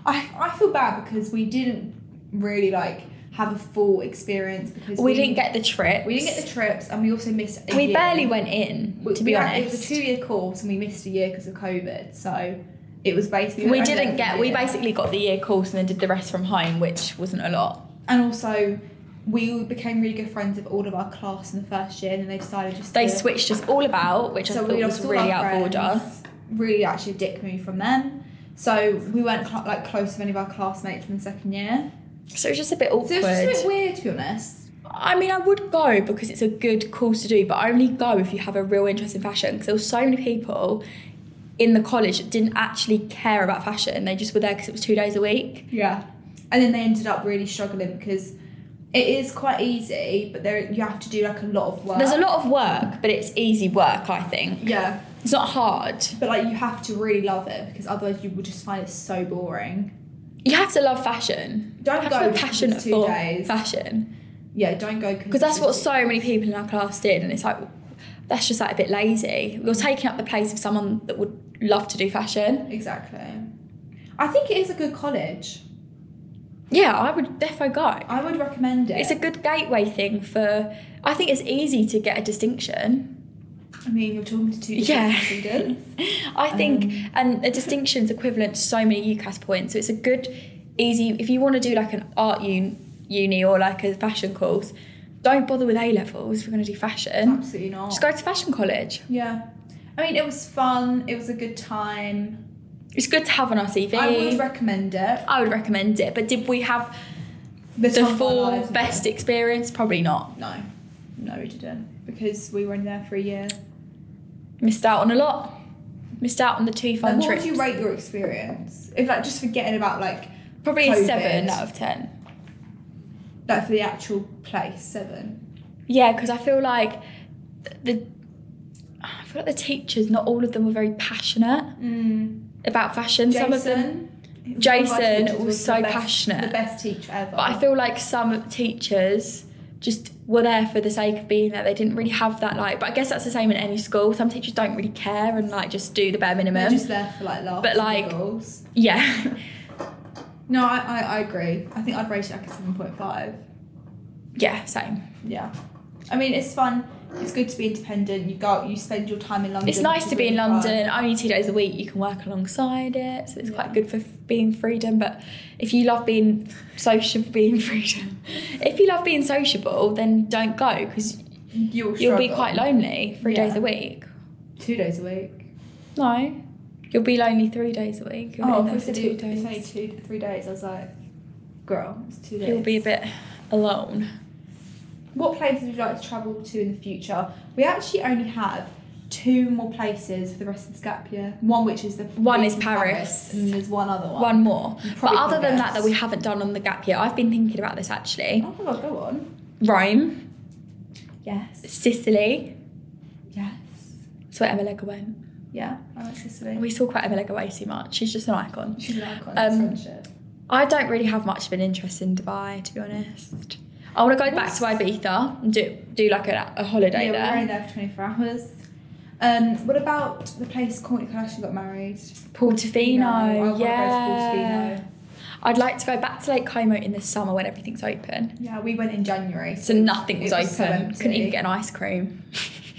[SPEAKER 2] I, I feel bad because we didn't really like have a full experience because
[SPEAKER 4] We didn't get the trip.
[SPEAKER 2] we didn't get the trips and we also missed. A
[SPEAKER 4] We
[SPEAKER 2] year.
[SPEAKER 4] barely went in,
[SPEAKER 2] We-
[SPEAKER 4] to be
[SPEAKER 2] we had- it was a
[SPEAKER 4] honest.
[SPEAKER 2] two-year course and we missed a year because of COVID. So it was basically only
[SPEAKER 4] We
[SPEAKER 2] there for
[SPEAKER 4] didn't
[SPEAKER 2] a
[SPEAKER 4] get. We
[SPEAKER 2] year.
[SPEAKER 4] basically got the year course and then did the rest from home, which wasn't a lot.
[SPEAKER 2] and also we became really good friends of all of our class in the first year and then they decided just
[SPEAKER 4] They
[SPEAKER 2] to,
[SPEAKER 4] switched us all about, which I thought
[SPEAKER 2] we
[SPEAKER 4] was
[SPEAKER 2] lost all
[SPEAKER 4] really
[SPEAKER 2] our
[SPEAKER 4] out of order.
[SPEAKER 2] friends, Really, actually, a dick move from them. So we weren't cl- like close with any of our classmates in the second year.
[SPEAKER 4] So it was just a bit awkward.
[SPEAKER 2] So it was just a bit weird, to be honest.
[SPEAKER 4] I mean, I would go because it's a good course to do, but I only go if you have a real interest in fashion. Because there were so many people in the college that didn't actually care about fashion; they just were there because it was two days a week.
[SPEAKER 2] Yeah. And then they ended up really struggling because it is quite easy, but there you have to do like a lot of work.
[SPEAKER 4] There's a lot of work, but it's easy work. I think
[SPEAKER 2] Yeah,
[SPEAKER 4] it's not hard.
[SPEAKER 2] but like you have to really love it because otherwise you will just find it so boring.
[SPEAKER 4] You have to love fashion.
[SPEAKER 2] Don't
[SPEAKER 4] you have
[SPEAKER 2] go
[SPEAKER 4] to be
[SPEAKER 2] because
[SPEAKER 4] passionate
[SPEAKER 2] it's two
[SPEAKER 4] for
[SPEAKER 2] days.
[SPEAKER 4] fashion
[SPEAKER 2] Yeah, don't go
[SPEAKER 4] because that's what so many people in our class did, and it's like that's just like a bit lazy. You're taking up the place of someone that would love to do fashion.
[SPEAKER 2] exactly. I think it is a good college.
[SPEAKER 4] Yeah, I would defo go.
[SPEAKER 2] I would recommend it.
[SPEAKER 4] It's a good gateway thing for. I think it's easy to get a distinction.
[SPEAKER 2] I mean, you're talking to two
[SPEAKER 4] Yeah.
[SPEAKER 2] different students.
[SPEAKER 4] I think,
[SPEAKER 2] Mm.
[SPEAKER 4] and a distinction's equivalent to so many UCAS points. So it's a good, easy. If you want to do like an art un, uni or like a fashion course, don't bother with A levels if you're going to do fashion.
[SPEAKER 2] Absolutely not.
[SPEAKER 4] Just go to fashion college.
[SPEAKER 2] Yeah. I mean, it was fun. It was a good time.
[SPEAKER 4] It's good to have on our CV.
[SPEAKER 2] I would recommend it.
[SPEAKER 4] I would recommend it. But did we have the
[SPEAKER 2] time of our
[SPEAKER 4] full
[SPEAKER 2] lives, no.
[SPEAKER 4] best experience? Probably not.
[SPEAKER 2] No, no, we didn't because we were in there for a year.
[SPEAKER 4] Missed out on a lot. Missed out on the two
[SPEAKER 2] Like,
[SPEAKER 4] fun
[SPEAKER 2] what
[SPEAKER 4] trips.
[SPEAKER 2] would you rate your experience? If like just forgetting about like
[SPEAKER 4] Probably a
[SPEAKER 2] COVID?
[SPEAKER 4] seven out of ten.
[SPEAKER 2] like for the actual place, seven.
[SPEAKER 4] Yeah, because I feel like th- the I feel like the teachers, not all of them were very passionate
[SPEAKER 2] Mm.
[SPEAKER 4] about fashion.
[SPEAKER 2] Jason,
[SPEAKER 4] Some of them,
[SPEAKER 2] one of our
[SPEAKER 4] Jason
[SPEAKER 2] teachers
[SPEAKER 4] was
[SPEAKER 2] the
[SPEAKER 4] so
[SPEAKER 2] best-
[SPEAKER 4] passionate.
[SPEAKER 2] the best teacher ever.
[SPEAKER 4] but I feel like some teachers just were there for the sake of being there. They didn't really have that like. But I guess that's the same in any school. Some teachers don't really care and like just do the bare
[SPEAKER 2] they're
[SPEAKER 4] minimum.
[SPEAKER 2] just there for like laughs.
[SPEAKER 4] But,
[SPEAKER 2] and
[SPEAKER 4] like-
[SPEAKER 2] giggles.
[SPEAKER 4] yeah,
[SPEAKER 2] no, I, I I agree. I think I'd rate it like a seven point five.
[SPEAKER 4] yeah, same.
[SPEAKER 2] Yeah. I mean, it's fun. It's good to be independent. You go out, you spend your time in London.
[SPEAKER 4] It's
[SPEAKER 2] which
[SPEAKER 4] nice
[SPEAKER 2] is
[SPEAKER 4] to be in
[SPEAKER 2] really fun.
[SPEAKER 4] London. Only two days a week. You can work alongside it, so it's quite good for f- being freedom. But if you love being sociable, being freedom, if you love being sociable, then don't go because
[SPEAKER 2] You'll,
[SPEAKER 4] you'll be
[SPEAKER 2] struggle.
[SPEAKER 4] quite lonely three
[SPEAKER 2] Yeah.
[SPEAKER 4] days a week.
[SPEAKER 2] Two days a week.
[SPEAKER 4] No, you'll be lonely three days a week. You'll
[SPEAKER 2] Oh,
[SPEAKER 4] be
[SPEAKER 2] if
[SPEAKER 4] there
[SPEAKER 2] we
[SPEAKER 4] for
[SPEAKER 2] said
[SPEAKER 4] two
[SPEAKER 2] it- it's only
[SPEAKER 4] days.
[SPEAKER 2] two, three days, I was like, girl, it's two days.
[SPEAKER 4] You'll be a bit alone.
[SPEAKER 2] What places would you like to travel to in the future? We actually only have two more places for the rest of the gap year. One which is the
[SPEAKER 4] One is Paris.
[SPEAKER 2] and there's one other one.
[SPEAKER 4] One more,
[SPEAKER 2] You
[SPEAKER 4] but
[SPEAKER 2] probably
[SPEAKER 4] other than that,
[SPEAKER 2] guess.
[SPEAKER 4] that we haven't done on the gap year. I've been thinking about this actually.
[SPEAKER 2] Oh my god, go on.
[SPEAKER 4] Rome,
[SPEAKER 2] Yes.
[SPEAKER 4] Sicily.
[SPEAKER 2] Yes.
[SPEAKER 4] That's where Emma Legger went.
[SPEAKER 2] Yeah. I like Sicily.
[SPEAKER 4] We talk about Emma Legger way too much. She's just an icon.
[SPEAKER 2] She's an icon.
[SPEAKER 4] Um,
[SPEAKER 2] friendship.
[SPEAKER 4] I don't really have much of an interest in Dubai, to be honest. I want to go back to Ibiza and do do like a, a holiday
[SPEAKER 2] Yeah, we were
[SPEAKER 4] there.
[SPEAKER 2] only there for 24 hours. Um, what about the place Courtney Kardashian got married?
[SPEAKER 4] Portofino,
[SPEAKER 2] I wanna go to
[SPEAKER 4] yeah.
[SPEAKER 2] Portofino.
[SPEAKER 4] I'd like to go back to Lake Como in the summer when everything's open.
[SPEAKER 2] Yeah, we went in January.
[SPEAKER 4] So nothing was,
[SPEAKER 2] It was so
[SPEAKER 4] open.
[SPEAKER 2] empty.
[SPEAKER 4] Couldn't even get an ice cream.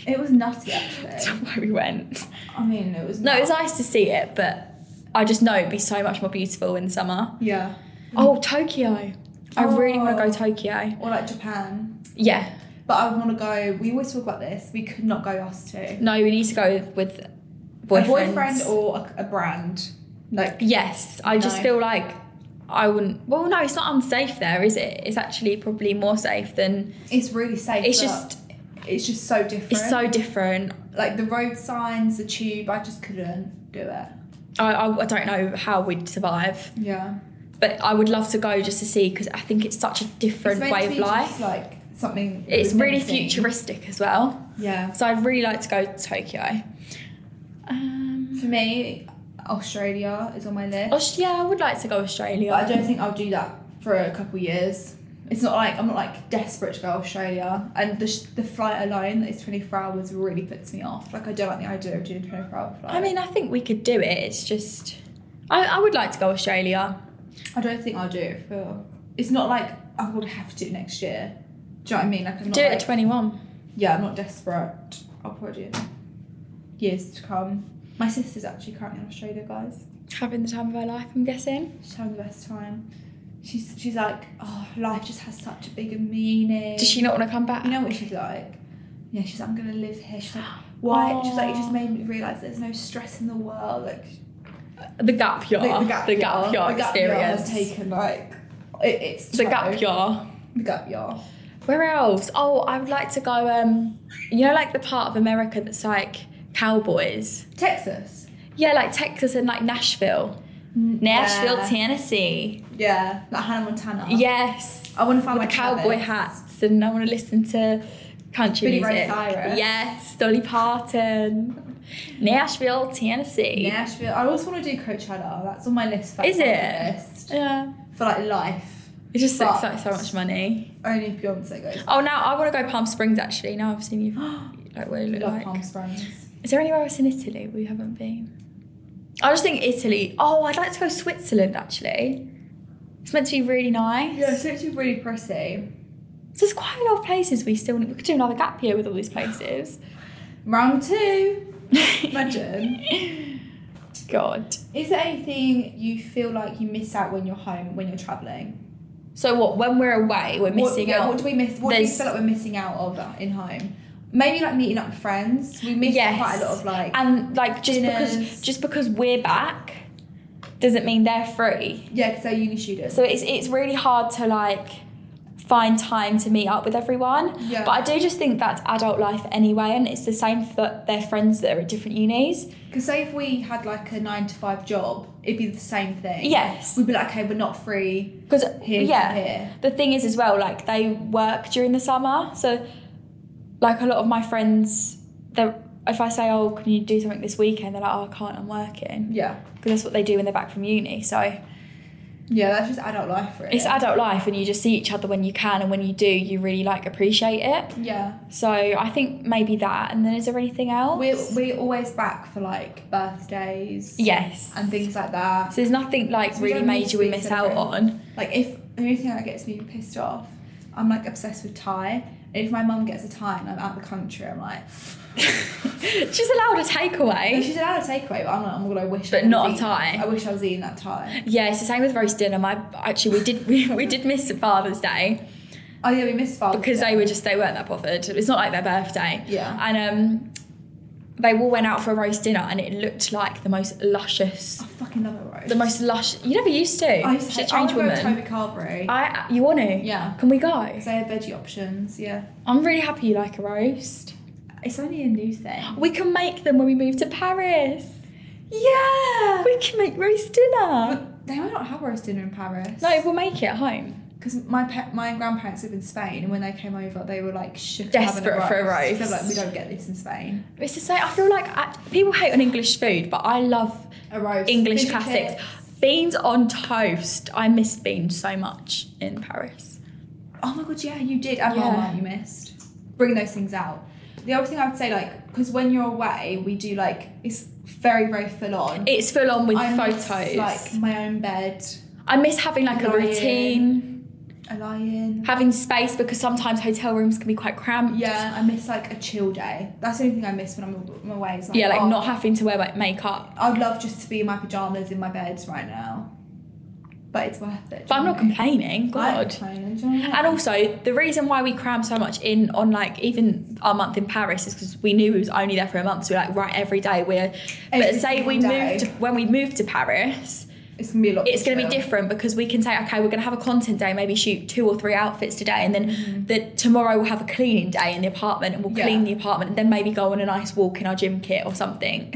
[SPEAKER 2] It was nutty
[SPEAKER 4] That's
[SPEAKER 2] actually.
[SPEAKER 4] where we went.
[SPEAKER 2] I mean, it was.
[SPEAKER 4] No, it was
[SPEAKER 2] nuts.
[SPEAKER 4] nice to see it, but I just know it'd be so much more beautiful in the summer.
[SPEAKER 2] Yeah.
[SPEAKER 4] Oh, Tokyo. I really want to
[SPEAKER 2] Oh.
[SPEAKER 4] go Tokyo.
[SPEAKER 2] Or like Japan.
[SPEAKER 4] Yeah.
[SPEAKER 2] But I want to go. We always talk about this. We could not go us two.
[SPEAKER 4] No, we need to go with
[SPEAKER 2] A boyfriend or a, a brand. Like
[SPEAKER 4] Yes, I just
[SPEAKER 2] No.
[SPEAKER 4] feel like I wouldn't. Well, no, it's not unsafe there, is it? It's actually probably more safe than.
[SPEAKER 2] it's really safe.
[SPEAKER 4] It's
[SPEAKER 2] but
[SPEAKER 4] just.
[SPEAKER 2] it's just so different.
[SPEAKER 4] It's so different.
[SPEAKER 2] like the road signs, the tube. I just couldn't do it.
[SPEAKER 4] I, I, I don't know how we'd survive,
[SPEAKER 2] Yeah.
[SPEAKER 4] but I would love to go just to see because I think it's such a different
[SPEAKER 2] it's meant
[SPEAKER 4] way
[SPEAKER 2] to
[SPEAKER 4] of
[SPEAKER 2] be
[SPEAKER 4] life.
[SPEAKER 2] Just, like something.
[SPEAKER 4] it's
[SPEAKER 2] we've never
[SPEAKER 4] really
[SPEAKER 2] seen.
[SPEAKER 4] futuristic as well.
[SPEAKER 2] Yeah.
[SPEAKER 4] So I'd really like to go to Tokyo. Um,
[SPEAKER 2] For me, Australia is on my list.
[SPEAKER 4] Aus- yeah, I would like to go Australia.
[SPEAKER 2] But I don't think I'll do that for a couple years. It's not like I'm not like desperate to go to Australia, and the, sh- the flight alone that is 24 hours really puts me off. Like I don't like the idea of doing a 24 hour flight.
[SPEAKER 4] I mean, I think we could do it. It's just, I, I would like to go Australia.
[SPEAKER 2] I don't think I'll do it for. It's not like I would have to next year. Do you know what I mean? Like I'm not
[SPEAKER 4] do it
[SPEAKER 2] like-
[SPEAKER 4] at 21.
[SPEAKER 2] yeah, I'm not desperate. I'll probably do it in years to come. My sister's actually currently in Australia, guys.
[SPEAKER 4] Having the time of our life, I'm guessing.
[SPEAKER 2] She's having the best time. She's she's like, oh, life just has such a bigger meaning.
[SPEAKER 4] Does she not want to come back?
[SPEAKER 2] You know what she's like? Yeah, she's like, I'm gonna live here. She's like, why? She's like, it just made me realise there's no stress in the world. Like,
[SPEAKER 4] The gap year.
[SPEAKER 2] like,
[SPEAKER 4] The gap year
[SPEAKER 2] the gap year has
[SPEAKER 4] experience.
[SPEAKER 2] taken like, it, it's
[SPEAKER 4] The
[SPEAKER 2] true.
[SPEAKER 4] gap year.
[SPEAKER 2] The gap year.
[SPEAKER 4] Where else? Oh, I would like to go. Um, you know, like the part of America that's like cowboys.
[SPEAKER 2] Texas.
[SPEAKER 4] Yeah, like Texas and like Nashville, Nashville, Tennessee. Oh
[SPEAKER 2] Yeah, like Hannah Montana.
[SPEAKER 4] Uh-huh. Yes,
[SPEAKER 2] I want to find
[SPEAKER 4] with
[SPEAKER 2] my
[SPEAKER 4] the cowboy
[SPEAKER 2] Travis.
[SPEAKER 4] hats, and I want to listen to country
[SPEAKER 2] Billy Ray
[SPEAKER 4] music.
[SPEAKER 2] Cyrus.
[SPEAKER 4] Yes, Dolly Parton, Nashville, Tennessee.
[SPEAKER 2] Nashville. I also want to do Coachella. That's on my list. For
[SPEAKER 4] Is it?
[SPEAKER 2] List
[SPEAKER 4] Yeah,
[SPEAKER 2] for like life.
[SPEAKER 4] it just
[SPEAKER 2] But-
[SPEAKER 4] looks like so much money.
[SPEAKER 2] Only if Beyonce goes.
[SPEAKER 4] Oh, now I want to go Palm Springs. Actually, now I've seen you. Like what it
[SPEAKER 2] We
[SPEAKER 4] looked
[SPEAKER 2] love
[SPEAKER 4] like.
[SPEAKER 2] Palm Springs.
[SPEAKER 4] Is there anywhere else in Italy we haven't been? I just think Italy. Oh, I'd like to go Switzerland actually. It's meant to be really nice.
[SPEAKER 2] Yeah, so it's actually really pretty.
[SPEAKER 4] So there's quite a lot of places we still need. We could do another gap year with all these places.
[SPEAKER 2] Round two. Imagine.
[SPEAKER 4] God.
[SPEAKER 2] Is there anything you feel like you miss out when you're home, when you're travelling?
[SPEAKER 4] So what? When we're away, we're
[SPEAKER 2] what,
[SPEAKER 4] missing
[SPEAKER 2] yeah,
[SPEAKER 4] out.
[SPEAKER 2] What do we miss? What do
[SPEAKER 4] There's-
[SPEAKER 2] you feel like we're missing out of uh, in home? Maybe like meeting up with friends. We miss
[SPEAKER 4] Yes.
[SPEAKER 2] quite a lot of like.
[SPEAKER 4] and like just because
[SPEAKER 2] Dinners.
[SPEAKER 4] just because we're back doesn't mean they're free.
[SPEAKER 2] yeah, because they're uni students.
[SPEAKER 4] So it's it's really hard to like find time to meet up with everyone.
[SPEAKER 2] Yeah.
[SPEAKER 4] But I do just think that's adult life anyway, and it's the same for their friends that are at different unis.
[SPEAKER 2] Because say if we had like a nine to five job, it'd be the same thing.
[SPEAKER 4] Yes,
[SPEAKER 2] We'd be like, okay, we're not free
[SPEAKER 4] because
[SPEAKER 2] Mm. here to
[SPEAKER 4] yeah,
[SPEAKER 2] here.
[SPEAKER 4] the thing is as well, like they work during the summer, so like a lot of my friends, they if I say, oh, can you do something this weekend? They're like, oh, I can't, I'm working.
[SPEAKER 2] Yeah.
[SPEAKER 4] Because that's what they do when they're back from uni. So
[SPEAKER 2] Yeah, that's just adult life, really.
[SPEAKER 4] it's adult life, and you just see each other when you can, and when you do, you really like appreciate it.
[SPEAKER 2] Yeah.
[SPEAKER 4] So I think maybe that. And then is there anything else?
[SPEAKER 2] We're, we're always back for like birthdays.
[SPEAKER 4] yes.
[SPEAKER 2] And things like that.
[SPEAKER 4] so there's nothing like
[SPEAKER 2] So we
[SPEAKER 4] really
[SPEAKER 2] don't need
[SPEAKER 4] major
[SPEAKER 2] to
[SPEAKER 4] we
[SPEAKER 2] be
[SPEAKER 4] miss out on.
[SPEAKER 2] Like, if the only thing that gets me pissed off, I'm like obsessed with Thai. And if my mum gets a Thai and I'm out of the country, I'm like,
[SPEAKER 4] She's allowed a
[SPEAKER 2] and
[SPEAKER 4] takeaway.
[SPEAKER 2] she's allowed a takeaway, but I'm like, I'm gonna I wish. I
[SPEAKER 4] But
[SPEAKER 2] was
[SPEAKER 4] not a
[SPEAKER 2] eating-
[SPEAKER 4] Thai.
[SPEAKER 2] I wish I was eating that Thai.
[SPEAKER 4] Yeah, it's the same with roast dinner. My actually we did we, we did miss Father's Day
[SPEAKER 2] Oh, yeah, we missed Father's
[SPEAKER 4] because
[SPEAKER 2] Day.
[SPEAKER 4] they were just they weren't that bothered. It's not like their birthday.
[SPEAKER 2] Yeah.
[SPEAKER 4] And um they all went out for a roast dinner and it looked like the most luscious
[SPEAKER 2] I fucking love it, right?
[SPEAKER 4] the most lush you never used to.
[SPEAKER 2] I used to
[SPEAKER 4] She's
[SPEAKER 2] hate,
[SPEAKER 4] a changed
[SPEAKER 2] I
[SPEAKER 4] Uh,
[SPEAKER 2] wanna go
[SPEAKER 4] woman.
[SPEAKER 2] to Toby Carvery.
[SPEAKER 4] I you wanna?
[SPEAKER 2] Yeah.
[SPEAKER 4] Can we go?
[SPEAKER 2] They have veggie options, yeah.
[SPEAKER 4] I'm really happy you like a roast.
[SPEAKER 2] It's only a new thing.
[SPEAKER 4] We can make them when we move to Paris.
[SPEAKER 2] Yeah!
[SPEAKER 4] We can make roast dinner.
[SPEAKER 2] But they might not have roast dinner in Paris.
[SPEAKER 4] No, we'll make it at home.
[SPEAKER 2] because my pa- my grandparents live in Spain, and when they came over, they were like shook,
[SPEAKER 4] Desperate
[SPEAKER 2] having
[SPEAKER 4] for a roast.
[SPEAKER 2] They're like, we don't get this in Spain.
[SPEAKER 4] It's to say, I feel like I, people hate on English food, but I love
[SPEAKER 2] A roast.
[SPEAKER 4] English
[SPEAKER 2] Fish and
[SPEAKER 4] classics.
[SPEAKER 2] chips.
[SPEAKER 4] Beans on toast. I miss beans so much in Paris.
[SPEAKER 2] Oh my god, yeah, you did. And
[SPEAKER 4] Yeah.
[SPEAKER 2] Marmite you missed. Bring those things out. The other thing I would say, like, because when you're away, we do like it's very very full on.
[SPEAKER 4] It's full on with
[SPEAKER 2] I miss,
[SPEAKER 4] photos.
[SPEAKER 2] like my own bed,
[SPEAKER 4] I miss having like a
[SPEAKER 2] Lying.
[SPEAKER 4] routine,
[SPEAKER 2] a lion.
[SPEAKER 4] having space because sometimes hotel rooms can be quite cramped.
[SPEAKER 2] Yeah, I miss like a chill day. That's the only thing I miss when I'm, a- I'm away. Is, like,
[SPEAKER 4] Yeah, like
[SPEAKER 2] oh,
[SPEAKER 4] not having to wear like makeup.
[SPEAKER 2] I'd love just to be in my pajamas in my bed right now, but it's worth it.
[SPEAKER 4] But I'm not
[SPEAKER 2] do you know?
[SPEAKER 4] complaining. God. And also, the reason why we cram so much in on like even our month in Paris is because we knew we was only there for a month. So we're like, right, every day we're. but
[SPEAKER 2] Every
[SPEAKER 4] say we
[SPEAKER 2] single day.
[SPEAKER 4] moved to, when we moved to Paris,
[SPEAKER 2] it's gonna be a lot.
[SPEAKER 4] it's going to be different because we can say, okay, we're going to have a content day, maybe shoot two or three outfits today, and then the, tomorrow we'll have a cleaning day in the apartment, and we'll
[SPEAKER 2] Yeah.
[SPEAKER 4] clean the apartment, and then maybe go on a nice walk in our gym kit or something.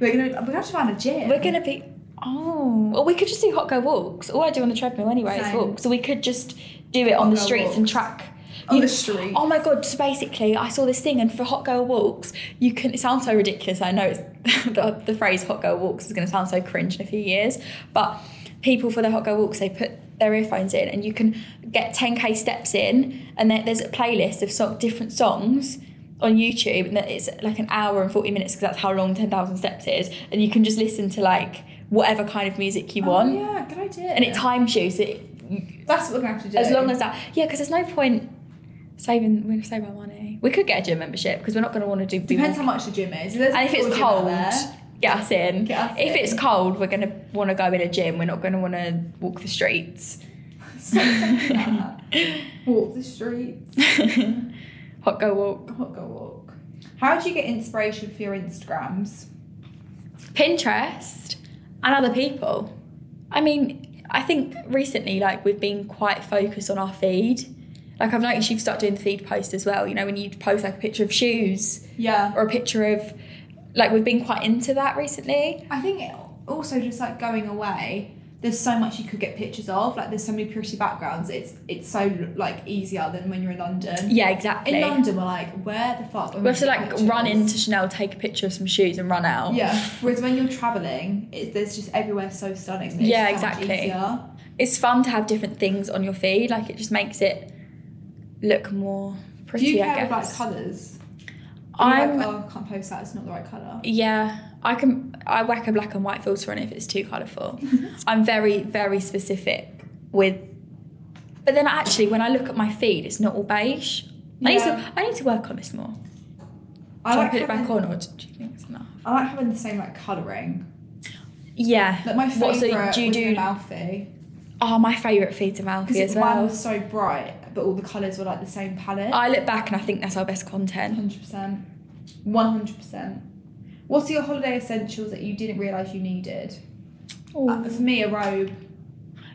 [SPEAKER 2] We're gonna we're gonna have to find a gym.
[SPEAKER 4] We're going to be. Oh, or we could just do hot go walks. All I do on the treadmill anyway is
[SPEAKER 2] Same.
[SPEAKER 4] walk. So we could just do it on
[SPEAKER 2] Hot
[SPEAKER 4] the
[SPEAKER 2] girl
[SPEAKER 4] streets and
[SPEAKER 2] walks.
[SPEAKER 4] track
[SPEAKER 2] On
[SPEAKER 4] You-
[SPEAKER 2] the street.
[SPEAKER 4] Oh my god! So basically, I saw this thing, and for hot girl walks, you can. It sounds so ridiculous. I know it's the, the phrase "hot girl walks" is going to sound so cringe in a few years, but people for their hot girl walks, they put their earphones in, and you can get 10k steps in, and there, there's a playlist of so, different songs on YouTube, and that it's like an hour and 40 minutes because that's how long 10,000 steps is, and you can just listen to like whatever kind of music you want,
[SPEAKER 2] Oh, yeah, good idea.
[SPEAKER 4] and it time shoots it
[SPEAKER 2] That's what we're gonna have to do.
[SPEAKER 4] as long as that, yeah, because there's no point saving. We're gonna save our money. We could get a gym membership because we're not gonna want to do. be
[SPEAKER 2] depends how
[SPEAKER 4] walking.
[SPEAKER 2] much the gym is. there's
[SPEAKER 4] And
[SPEAKER 2] a
[SPEAKER 4] if it's
[SPEAKER 2] gym out
[SPEAKER 4] cold,
[SPEAKER 2] there-
[SPEAKER 4] get us in.
[SPEAKER 2] Get us
[SPEAKER 4] if
[SPEAKER 2] in.
[SPEAKER 4] it's cold, we're gonna want to go in a gym. We're not gonna want to walk the streets.
[SPEAKER 2] something like that. walk the street,
[SPEAKER 4] Hot go walk.
[SPEAKER 2] hot girl walk. How do you get inspiration for your Instagrams?
[SPEAKER 4] Pinterest and other people. I mean, I think recently, like, we've been quite focused on our feed. Like, I've noticed you've started doing the feed post as well. You know, when you post like a picture of shoes
[SPEAKER 2] Yeah,
[SPEAKER 4] or a picture of like we've been quite into that recently
[SPEAKER 2] I think it also just like going away. There's so much you could get pictures of. Like there's so many pretty backgrounds. It's it's so like easier than when you're in London.
[SPEAKER 4] yeah exactly
[SPEAKER 2] In London, we're like, where the fuck? Are
[SPEAKER 4] we have to like
[SPEAKER 2] pictures?
[SPEAKER 4] run into chanel take a picture of some shoes and run out
[SPEAKER 2] Yeah. Whereas when you're traveling, it, there's just everywhere so stunning. that It's
[SPEAKER 4] Yeah,
[SPEAKER 2] so much
[SPEAKER 4] exactly.
[SPEAKER 2] easier.
[SPEAKER 4] it's fun to have different things on your feed like it just makes it look more pretty
[SPEAKER 2] Do you
[SPEAKER 4] i
[SPEAKER 2] care about
[SPEAKER 4] guess
[SPEAKER 2] colours? i
[SPEAKER 4] i'm
[SPEAKER 2] oh, I can't post that. It's not the right colour.
[SPEAKER 4] yeah i can i whack a black and white filter on it if it's too colorful i'm very very specific with but then actually when i look at my feed it's not all beige I, need
[SPEAKER 2] Yeah.
[SPEAKER 4] to, I need to work on this more.
[SPEAKER 2] I
[SPEAKER 4] Should I,
[SPEAKER 2] like
[SPEAKER 4] put it back
[SPEAKER 2] having-
[SPEAKER 4] on, or do you think it's enough?
[SPEAKER 2] I like having the same like colouring.
[SPEAKER 4] Yeah.
[SPEAKER 2] Like my
[SPEAKER 4] What, so
[SPEAKER 2] favourite
[SPEAKER 4] do you
[SPEAKER 2] was
[SPEAKER 4] do-
[SPEAKER 2] from Alfie
[SPEAKER 4] Oh, my favourite feeds of
[SPEAKER 2] because
[SPEAKER 4] Alfie as
[SPEAKER 2] it
[SPEAKER 4] well.
[SPEAKER 2] was so bright, but all the colours were like the same palette.
[SPEAKER 4] I look back and I think that's our best content.
[SPEAKER 2] Hundred percent, one hundred percent. What are your holiday essentials that you didn't realise you needed? Uh, for me, a robe.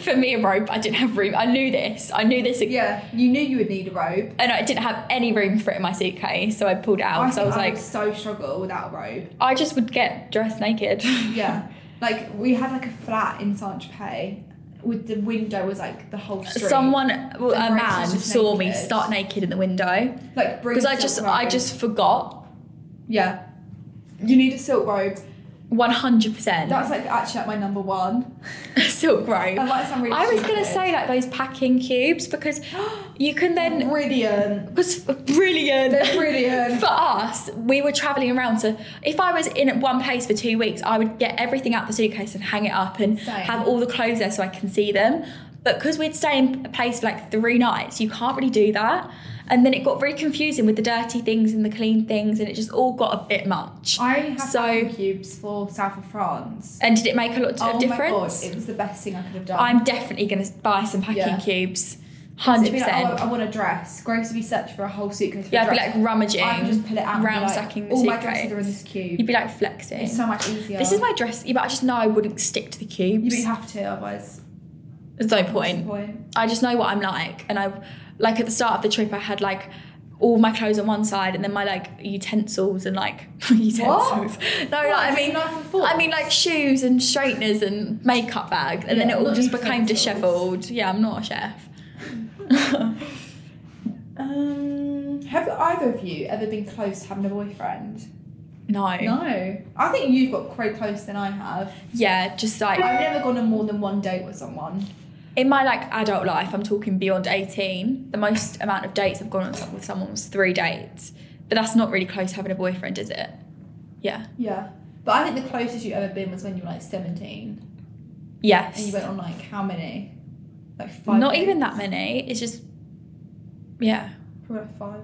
[SPEAKER 4] For me, a robe, I didn't have room. I knew this. I knew this.
[SPEAKER 2] Yeah, you knew you would need a robe.
[SPEAKER 4] And I didn't have any room for it in my suitcase, so I pulled it out.
[SPEAKER 2] I,
[SPEAKER 4] so I was
[SPEAKER 2] think I
[SPEAKER 4] like,
[SPEAKER 2] would so struggle without a robe.
[SPEAKER 4] I just would get dressed naked.
[SPEAKER 2] Yeah. Like we had like a flat in Saint Tropez with the window was like the whole street.
[SPEAKER 4] Someone, well, a
[SPEAKER 2] Everyone was
[SPEAKER 4] man,
[SPEAKER 2] just
[SPEAKER 4] saw me
[SPEAKER 2] naked.
[SPEAKER 4] start naked in the window
[SPEAKER 2] like bring
[SPEAKER 4] because I
[SPEAKER 2] silk
[SPEAKER 4] just,
[SPEAKER 2] robe.
[SPEAKER 4] I just forgot
[SPEAKER 2] yeah. You need a silk robe.
[SPEAKER 4] one hundred percent
[SPEAKER 2] That's like actually like my number one.
[SPEAKER 4] silk robe.
[SPEAKER 2] I like some really.
[SPEAKER 4] I was
[SPEAKER 2] stupid.
[SPEAKER 4] gonna say like those packing cubes because you can then
[SPEAKER 2] brilliant.
[SPEAKER 4] because brilliant.
[SPEAKER 2] They're brilliant.
[SPEAKER 4] for us, we were traveling around. So if I was in one place for two weeks, I would get everything out the suitcase and hang it up and
[SPEAKER 2] Same.
[SPEAKER 4] have all the clothes there so I can see them. But because we'd stay in a place for like three nights, you can't really do that. And then it got very confusing with the dirty things and the clean things, and it just all got a bit much.
[SPEAKER 2] I have
[SPEAKER 4] So-
[SPEAKER 2] vacuum cubes for south of France.
[SPEAKER 4] and did it make a lot
[SPEAKER 2] oh
[SPEAKER 4] of difference?
[SPEAKER 2] my god, it was the best thing I could have done.
[SPEAKER 4] I'm definitely going to buy some packing
[SPEAKER 2] Yeah.
[SPEAKER 4] cubes.
[SPEAKER 2] It'd
[SPEAKER 4] 100%.
[SPEAKER 2] be like, oh, I want a dress. Grocery be search for a whole suitcase. For
[SPEAKER 4] yeah,
[SPEAKER 2] a
[SPEAKER 4] I'd be
[SPEAKER 2] dress.
[SPEAKER 4] like rummaging.
[SPEAKER 2] I can just pull it out. and be like,
[SPEAKER 4] ransacking the
[SPEAKER 2] All my
[SPEAKER 4] suitcase.
[SPEAKER 2] dresses are in this cube.
[SPEAKER 4] You'd be like flexing.
[SPEAKER 2] it's so much easier.
[SPEAKER 4] This is my dress, yeah, but I just know I wouldn't stick to the
[SPEAKER 2] You
[SPEAKER 4] cubes.
[SPEAKER 2] would have to, otherwise.
[SPEAKER 4] There's no
[SPEAKER 2] what's the
[SPEAKER 4] point.
[SPEAKER 2] point?
[SPEAKER 4] I just know what I'm like, and I, like at the start of the trip, I had like all my clothes on one side, and then my like utensils and like utensils. No,
[SPEAKER 2] What,
[SPEAKER 4] like, I
[SPEAKER 2] do you
[SPEAKER 4] mean,
[SPEAKER 2] knife and fork?
[SPEAKER 4] I mean like shoes and straighteners and makeup bag, and then
[SPEAKER 2] Yeah,
[SPEAKER 4] it all
[SPEAKER 2] not
[SPEAKER 4] just became
[SPEAKER 2] utensils.
[SPEAKER 4] dishevelled. Yeah, I'm not a chef.
[SPEAKER 2] Um, have either of you ever been close to having a boyfriend?
[SPEAKER 4] no.
[SPEAKER 2] No. I think you've got way close than I have.
[SPEAKER 4] Yeah, just like
[SPEAKER 2] I've never gone on more than one date with someone.
[SPEAKER 4] in my like adult life, I'm talking beyond 18. The most amount of dates I've gone on with someone was three dates, but that's not really close to having a boyfriend, is it? Yeah.
[SPEAKER 2] Yeah. But I think the closest you've ever been was when you were like 17.
[SPEAKER 4] Yes.
[SPEAKER 2] And you went on like how many? Like five?
[SPEAKER 4] Not
[SPEAKER 2] dates?
[SPEAKER 4] even that many. It's just, yeah.
[SPEAKER 2] Probably like five.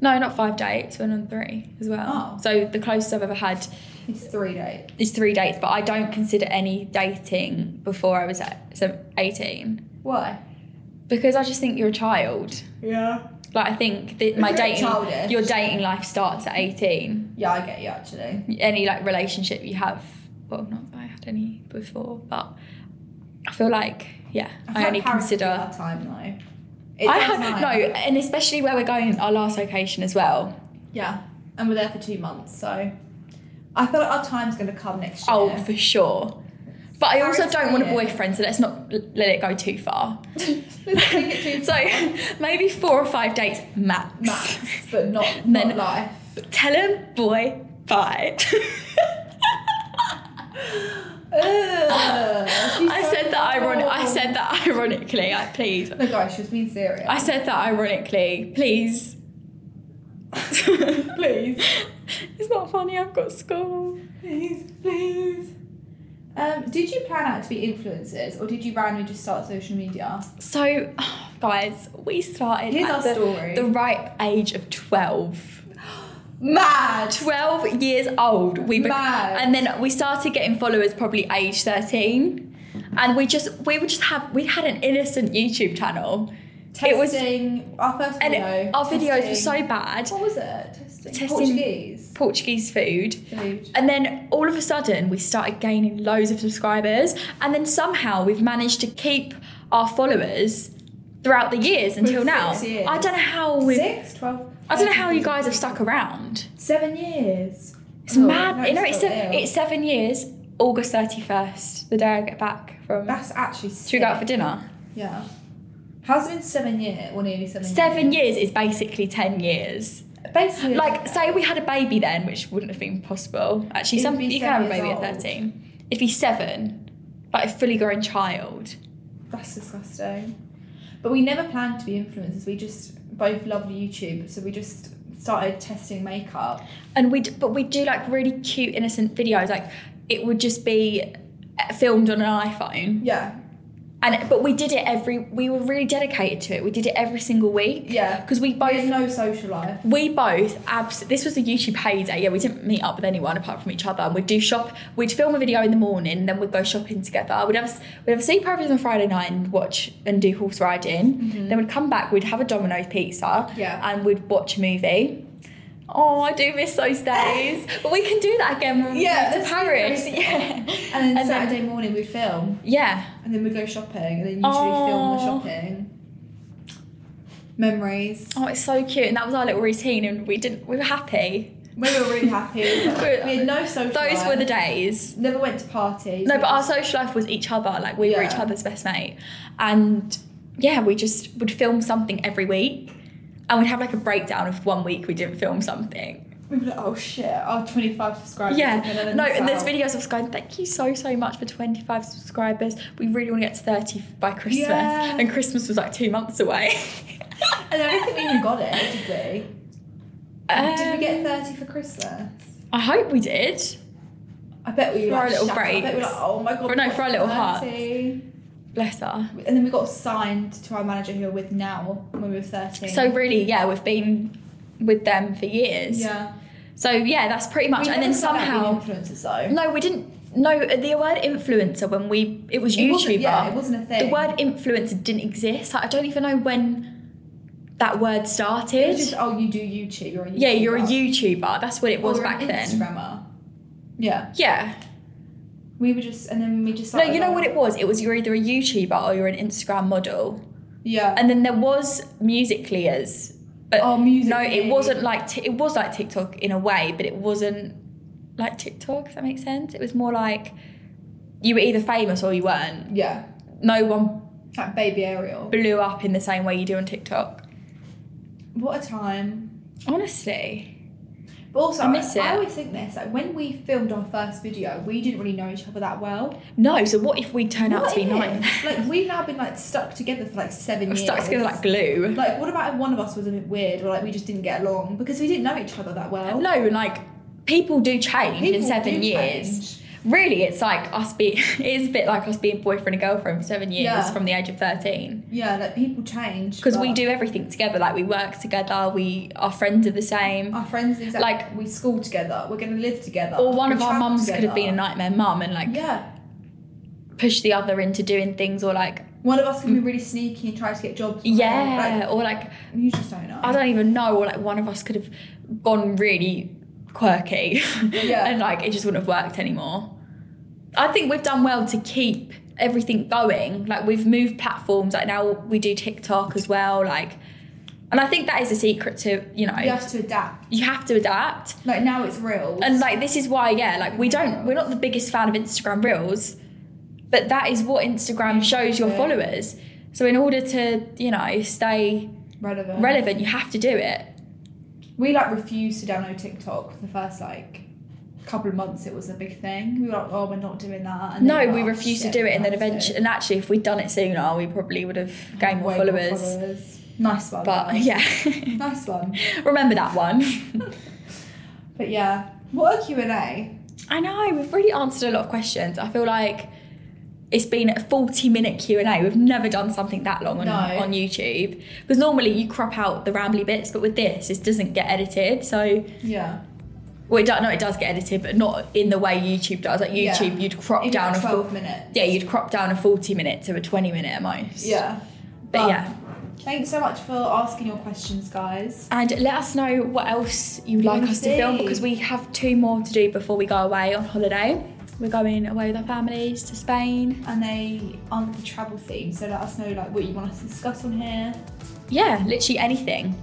[SPEAKER 4] No, not five dates. Went on three as well.
[SPEAKER 2] Oh.
[SPEAKER 4] So the closest I've ever had
[SPEAKER 2] It's three dates.
[SPEAKER 4] is three dates, but I don't consider any dating before I was uh, so 18
[SPEAKER 2] Why?
[SPEAKER 4] because I just think you're a child.
[SPEAKER 2] Yeah.
[SPEAKER 4] Like I think that
[SPEAKER 2] It's
[SPEAKER 4] my
[SPEAKER 2] very
[SPEAKER 4] dating,
[SPEAKER 2] childish.
[SPEAKER 4] your dating life starts at 18.
[SPEAKER 2] Yeah, I get you actually.
[SPEAKER 4] Any like relationship you have, well, not that I had any before, but I feel like yeah, I,
[SPEAKER 2] feel
[SPEAKER 4] only
[SPEAKER 2] like Paris is
[SPEAKER 4] consider.
[SPEAKER 2] our time though. It's
[SPEAKER 4] I
[SPEAKER 2] our
[SPEAKER 4] had
[SPEAKER 2] time.
[SPEAKER 4] no, and especially where we're going, our last location as well.
[SPEAKER 2] Yeah, and we're there for two months, so I feel like our time's gonna come next year.
[SPEAKER 4] Oh, for Oh, sure. But I also
[SPEAKER 2] Paris
[SPEAKER 4] don't want a
[SPEAKER 2] Korean.
[SPEAKER 4] boyfriend, so let's not l- let it go too far.
[SPEAKER 2] Let's take it too
[SPEAKER 4] so maybe four or five dates max.
[SPEAKER 2] max, but not,
[SPEAKER 4] Then-
[SPEAKER 2] not life.
[SPEAKER 4] Tell him, boy, bye. Uh, I said that ironic. I said that ironically. I please.
[SPEAKER 2] No, guys, she was being serious.
[SPEAKER 4] I said that ironically. Please.
[SPEAKER 2] Please.
[SPEAKER 4] It's not funny. I've got school.
[SPEAKER 2] please, please. Um, did you plan out to be influencers, or did you randomly just start social media?
[SPEAKER 4] So, guys, we started
[SPEAKER 2] Here's
[SPEAKER 4] at
[SPEAKER 2] our
[SPEAKER 4] Uh, the,
[SPEAKER 2] story.
[SPEAKER 4] the ripe age of twelve.
[SPEAKER 2] Mad.
[SPEAKER 4] 12 years old we bec-
[SPEAKER 2] Mad.
[SPEAKER 4] and then we started getting followers probably age 13 and we just we would just have we had an innocent youtube channel
[SPEAKER 2] Testing.
[SPEAKER 4] it was
[SPEAKER 2] our first
[SPEAKER 4] and
[SPEAKER 2] video.
[SPEAKER 4] it- our videos were so
[SPEAKER 2] testing.
[SPEAKER 4] bad
[SPEAKER 2] What was it? Testing.
[SPEAKER 4] Testing. Uh,
[SPEAKER 2] Portuguese.
[SPEAKER 4] portuguese food
[SPEAKER 2] Food.
[SPEAKER 4] and then all of a sudden we started gaining loads of subscribers and then somehow we've managed to keep our followers throughout the years until now
[SPEAKER 2] six years.
[SPEAKER 4] i don't know how we
[SPEAKER 2] Six, twelve.
[SPEAKER 4] i don't know how you guys have stuck around
[SPEAKER 2] Seven years.
[SPEAKER 4] It's
[SPEAKER 2] Oh,
[SPEAKER 4] mad.
[SPEAKER 2] no,
[SPEAKER 4] you know,
[SPEAKER 2] it's
[SPEAKER 4] it's,
[SPEAKER 2] still
[SPEAKER 4] se-
[SPEAKER 2] ill.
[SPEAKER 4] it's seven years, August 31st, the day I get back from.
[SPEAKER 2] That's actually. Sick.
[SPEAKER 4] should we go out for dinner?
[SPEAKER 2] Yeah. How's it been seven years? Well, nearly seven.
[SPEAKER 4] Seven
[SPEAKER 2] years.
[SPEAKER 4] years is basically 10 years.
[SPEAKER 2] Basically,
[SPEAKER 4] Like, say we had a baby then, which wouldn't have been possible. Actually,
[SPEAKER 2] You'd
[SPEAKER 4] some,
[SPEAKER 2] be
[SPEAKER 4] you can have a
[SPEAKER 2] seven
[SPEAKER 4] baby
[SPEAKER 2] years
[SPEAKER 4] at
[SPEAKER 2] old.
[SPEAKER 4] 13. It'd be seven, like a fully grown child.
[SPEAKER 2] That's disgusting. But we never planned to be influencers. We just both love YouTube, so we just started testing makeup.
[SPEAKER 4] and we but we do like really cute innocent videos like it would just be uh, filmed on an iphone
[SPEAKER 2] Yeah.
[SPEAKER 4] and but we did it every we were really dedicated to it we did it every single week
[SPEAKER 2] Yeah.
[SPEAKER 4] because we
[SPEAKER 2] We
[SPEAKER 4] both
[SPEAKER 2] had no social life.
[SPEAKER 4] we both abs- this was a youtube heyday yeah we didn't meet up with anyone apart from each other and we'd do shop we'd film a video in the morning then we'd go shopping together we'd have we'd have sleep parties on friday night and watch and do horse riding then we'd come back we'd have a domino's pizza
[SPEAKER 2] Mm-hmm. Yeah.
[SPEAKER 4] and we'd watch a movie Oh, I do miss those days. but we can do that again when
[SPEAKER 2] Yeah,
[SPEAKER 4] we go
[SPEAKER 2] let's
[SPEAKER 4] to
[SPEAKER 2] do
[SPEAKER 4] Paris.
[SPEAKER 2] those.
[SPEAKER 4] Yeah.
[SPEAKER 2] And then
[SPEAKER 4] And then-
[SPEAKER 2] Saturday morning we'd film,
[SPEAKER 4] Yeah.
[SPEAKER 2] and then we'd go shopping, and then usually
[SPEAKER 4] Aw.
[SPEAKER 2] film the shopping. Memories.
[SPEAKER 4] Oh, it's so cute. And that was our little routine and we didn't we were happy.
[SPEAKER 2] We were really happy. we had no social
[SPEAKER 4] Those
[SPEAKER 2] life.
[SPEAKER 4] were the days.
[SPEAKER 2] Never went to parties.
[SPEAKER 4] No, but our social life was each other. Like we were
[SPEAKER 2] Yeah.
[SPEAKER 4] each other's best mate, and yeah, we just would film something every week, and we'd have like a breakdown of one week we didn't film something.
[SPEAKER 2] We'd be like, oh shit, our 25 subscribers. are gonna
[SPEAKER 4] yeah,
[SPEAKER 2] let
[SPEAKER 4] no,
[SPEAKER 2] us
[SPEAKER 4] and there's
[SPEAKER 2] out."
[SPEAKER 4] videos of us going, thank you so so much for 25 subscribers. We really want to get to 30 by Christmas,
[SPEAKER 2] Yeah.
[SPEAKER 4] and Christmas was like two months away.
[SPEAKER 2] And I don't think we even got it, did we? did
[SPEAKER 4] Um,
[SPEAKER 2] we get 30 for Christmas?
[SPEAKER 4] I hope we did.
[SPEAKER 2] I bet we
[SPEAKER 4] For
[SPEAKER 2] were
[SPEAKER 4] our
[SPEAKER 2] like,
[SPEAKER 4] little
[SPEAKER 2] shattered. I bet we were like,
[SPEAKER 4] breaks.
[SPEAKER 2] oh my god.
[SPEAKER 4] For- no,
[SPEAKER 2] we've
[SPEAKER 4] for our
[SPEAKER 2] got
[SPEAKER 4] little hearts.
[SPEAKER 2] 30.
[SPEAKER 4] Bless her.
[SPEAKER 2] And then we got signed to our manager who we're with now when we were 13.
[SPEAKER 4] So really, yeah, we've been with them for years.
[SPEAKER 2] yeah.
[SPEAKER 4] So yeah, that's pretty much.
[SPEAKER 2] We
[SPEAKER 4] and then
[SPEAKER 2] never thought about
[SPEAKER 4] somehow.
[SPEAKER 2] being influencers though.
[SPEAKER 4] No, we didn't. No, uh, the word influencer when we it was
[SPEAKER 2] It
[SPEAKER 4] YouTuber.
[SPEAKER 2] wasn't- yeah, it wasn't a thing.
[SPEAKER 4] the word influencer didn't exist. Like, I don't even know when that word
[SPEAKER 2] It
[SPEAKER 4] started.
[SPEAKER 2] was just, oh, you do YouTube. You're a YouTuber.
[SPEAKER 4] yeah, you're a YouTuber. That's what it
[SPEAKER 2] Or
[SPEAKER 4] was
[SPEAKER 2] you're
[SPEAKER 4] back
[SPEAKER 2] an
[SPEAKER 4] then.
[SPEAKER 2] Instagrammer. Yeah.
[SPEAKER 4] Yeah.
[SPEAKER 2] We were just, and then we just.
[SPEAKER 4] No, you know what it was. It was you're either a YouTuber or you're an Instagram model.
[SPEAKER 2] Yeah.
[SPEAKER 4] And then there was Musically as, but
[SPEAKER 2] Oh, Musical.ly.
[SPEAKER 4] no, it wasn't like t- it was like TikTok in a way, but it wasn't like TikTok. If that makes sense, it was more like you were either famous or you weren't.
[SPEAKER 2] yeah.
[SPEAKER 4] No one
[SPEAKER 2] That baby Ariel.
[SPEAKER 4] blew up in the same way you do on TikTok.
[SPEAKER 2] What a time.
[SPEAKER 4] Honestly.
[SPEAKER 2] But also,
[SPEAKER 4] I miss
[SPEAKER 2] I
[SPEAKER 4] it.
[SPEAKER 2] always think this like when we filmed our first video, we didn't really know each other that well.
[SPEAKER 4] No, so what if we turn out
[SPEAKER 2] What
[SPEAKER 4] to be
[SPEAKER 2] if?
[SPEAKER 4] nine?
[SPEAKER 2] Like we've now been like stuck together for like seven
[SPEAKER 4] We're
[SPEAKER 2] years.
[SPEAKER 4] stuck together like glue.
[SPEAKER 2] Like, what about if one of us was a bit weird or like we just didn't get along because we didn't know each other that well?
[SPEAKER 4] No, and like people do change in
[SPEAKER 2] People
[SPEAKER 4] seven
[SPEAKER 2] do
[SPEAKER 4] years.
[SPEAKER 2] change.
[SPEAKER 4] Really, it's like us be it is a bit like us being boyfriend and girlfriend for seven years
[SPEAKER 2] Yeah.
[SPEAKER 4] from the age of thirteen.
[SPEAKER 2] Yeah, like people change.
[SPEAKER 4] Because we
[SPEAKER 2] but
[SPEAKER 4] do everything together, like we work together, we our friends are the same.
[SPEAKER 2] Our friends, exactly.
[SPEAKER 4] Like-
[SPEAKER 2] Like we school together. We're gonna live together.
[SPEAKER 4] or one
[SPEAKER 2] we
[SPEAKER 4] of our
[SPEAKER 2] travel
[SPEAKER 4] mums could have been a
[SPEAKER 2] together.
[SPEAKER 4] nightmare mum and like
[SPEAKER 2] Yeah,
[SPEAKER 4] push the other into doing things or like
[SPEAKER 2] one of us can be really sneaky and try to get jobs.
[SPEAKER 4] Mm. yeah
[SPEAKER 2] Like,
[SPEAKER 4] or like
[SPEAKER 2] you just don't know.
[SPEAKER 4] I don't even know, or like one of us could have gone really quirky.
[SPEAKER 2] Yeah.
[SPEAKER 4] and like it just wouldn't have worked anymore. I think we've done well to keep everything going. Like we've moved platforms, like now we do TikTok as well, like and I think that is a secret to, you know,
[SPEAKER 2] you have to adapt.
[SPEAKER 4] you have to adapt.
[SPEAKER 2] Like now it's real.
[SPEAKER 4] And like this is why, yeah, like we don't we're not the biggest fan of Instagram reels. But that is what Instagram shows your
[SPEAKER 2] Exactly.
[SPEAKER 4] followers. So in order to, you know, stay
[SPEAKER 2] relevant.
[SPEAKER 4] relevant, you have to do it.
[SPEAKER 2] We like refused to download TikTok for the first like couple of months. It was a big thing. We were like, oh, we're not doing that. And
[SPEAKER 4] No,
[SPEAKER 2] then
[SPEAKER 4] we
[SPEAKER 2] were like,
[SPEAKER 4] refused to
[SPEAKER 2] shit,
[SPEAKER 4] do it, and then
[SPEAKER 2] we have to.
[SPEAKER 4] eventually, and actually, if we'd done it sooner, we probably would have gained more
[SPEAKER 2] Oh, Way more
[SPEAKER 4] followers.
[SPEAKER 2] followers. Nice one.
[SPEAKER 4] But
[SPEAKER 2] guys.
[SPEAKER 4] yeah,
[SPEAKER 2] nice one.
[SPEAKER 4] remember that one.
[SPEAKER 2] But yeah, what a Q and A.
[SPEAKER 4] I know we've really answered a lot of questions. I feel like it's been a forty-minute Q and A. We've never done something that long on,
[SPEAKER 2] No.
[SPEAKER 4] on YouTube because normally you crop out the rambly bits, but with this, it doesn't get edited. So
[SPEAKER 2] Yeah.
[SPEAKER 4] well, it do, no, it does get edited, but not in the way YouTube does. Like
[SPEAKER 2] Yeah.
[SPEAKER 4] YouTube, you'd crop
[SPEAKER 2] Even
[SPEAKER 4] down a full,
[SPEAKER 2] twelve minutes.
[SPEAKER 4] yeah, you'd crop down a forty-minute to a twenty-minute at most.
[SPEAKER 2] Yeah.
[SPEAKER 4] but
[SPEAKER 2] But-
[SPEAKER 4] yeah.
[SPEAKER 2] Thanks so much for asking your questions, guys.
[SPEAKER 4] And let us know what else you'd like
[SPEAKER 2] wanna
[SPEAKER 4] us to film
[SPEAKER 2] see.
[SPEAKER 4] because we have two more to do before we go away on holiday. We're going away with our families to Spain.
[SPEAKER 2] And they aren't the travel theme, so let us know like what you want us to discuss on here.
[SPEAKER 4] Yeah, literally anything.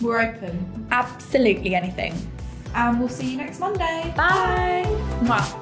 [SPEAKER 2] We're open,
[SPEAKER 4] Absolutely anything.
[SPEAKER 2] and we'll see you next Monday.
[SPEAKER 4] Bye.
[SPEAKER 2] Mwah.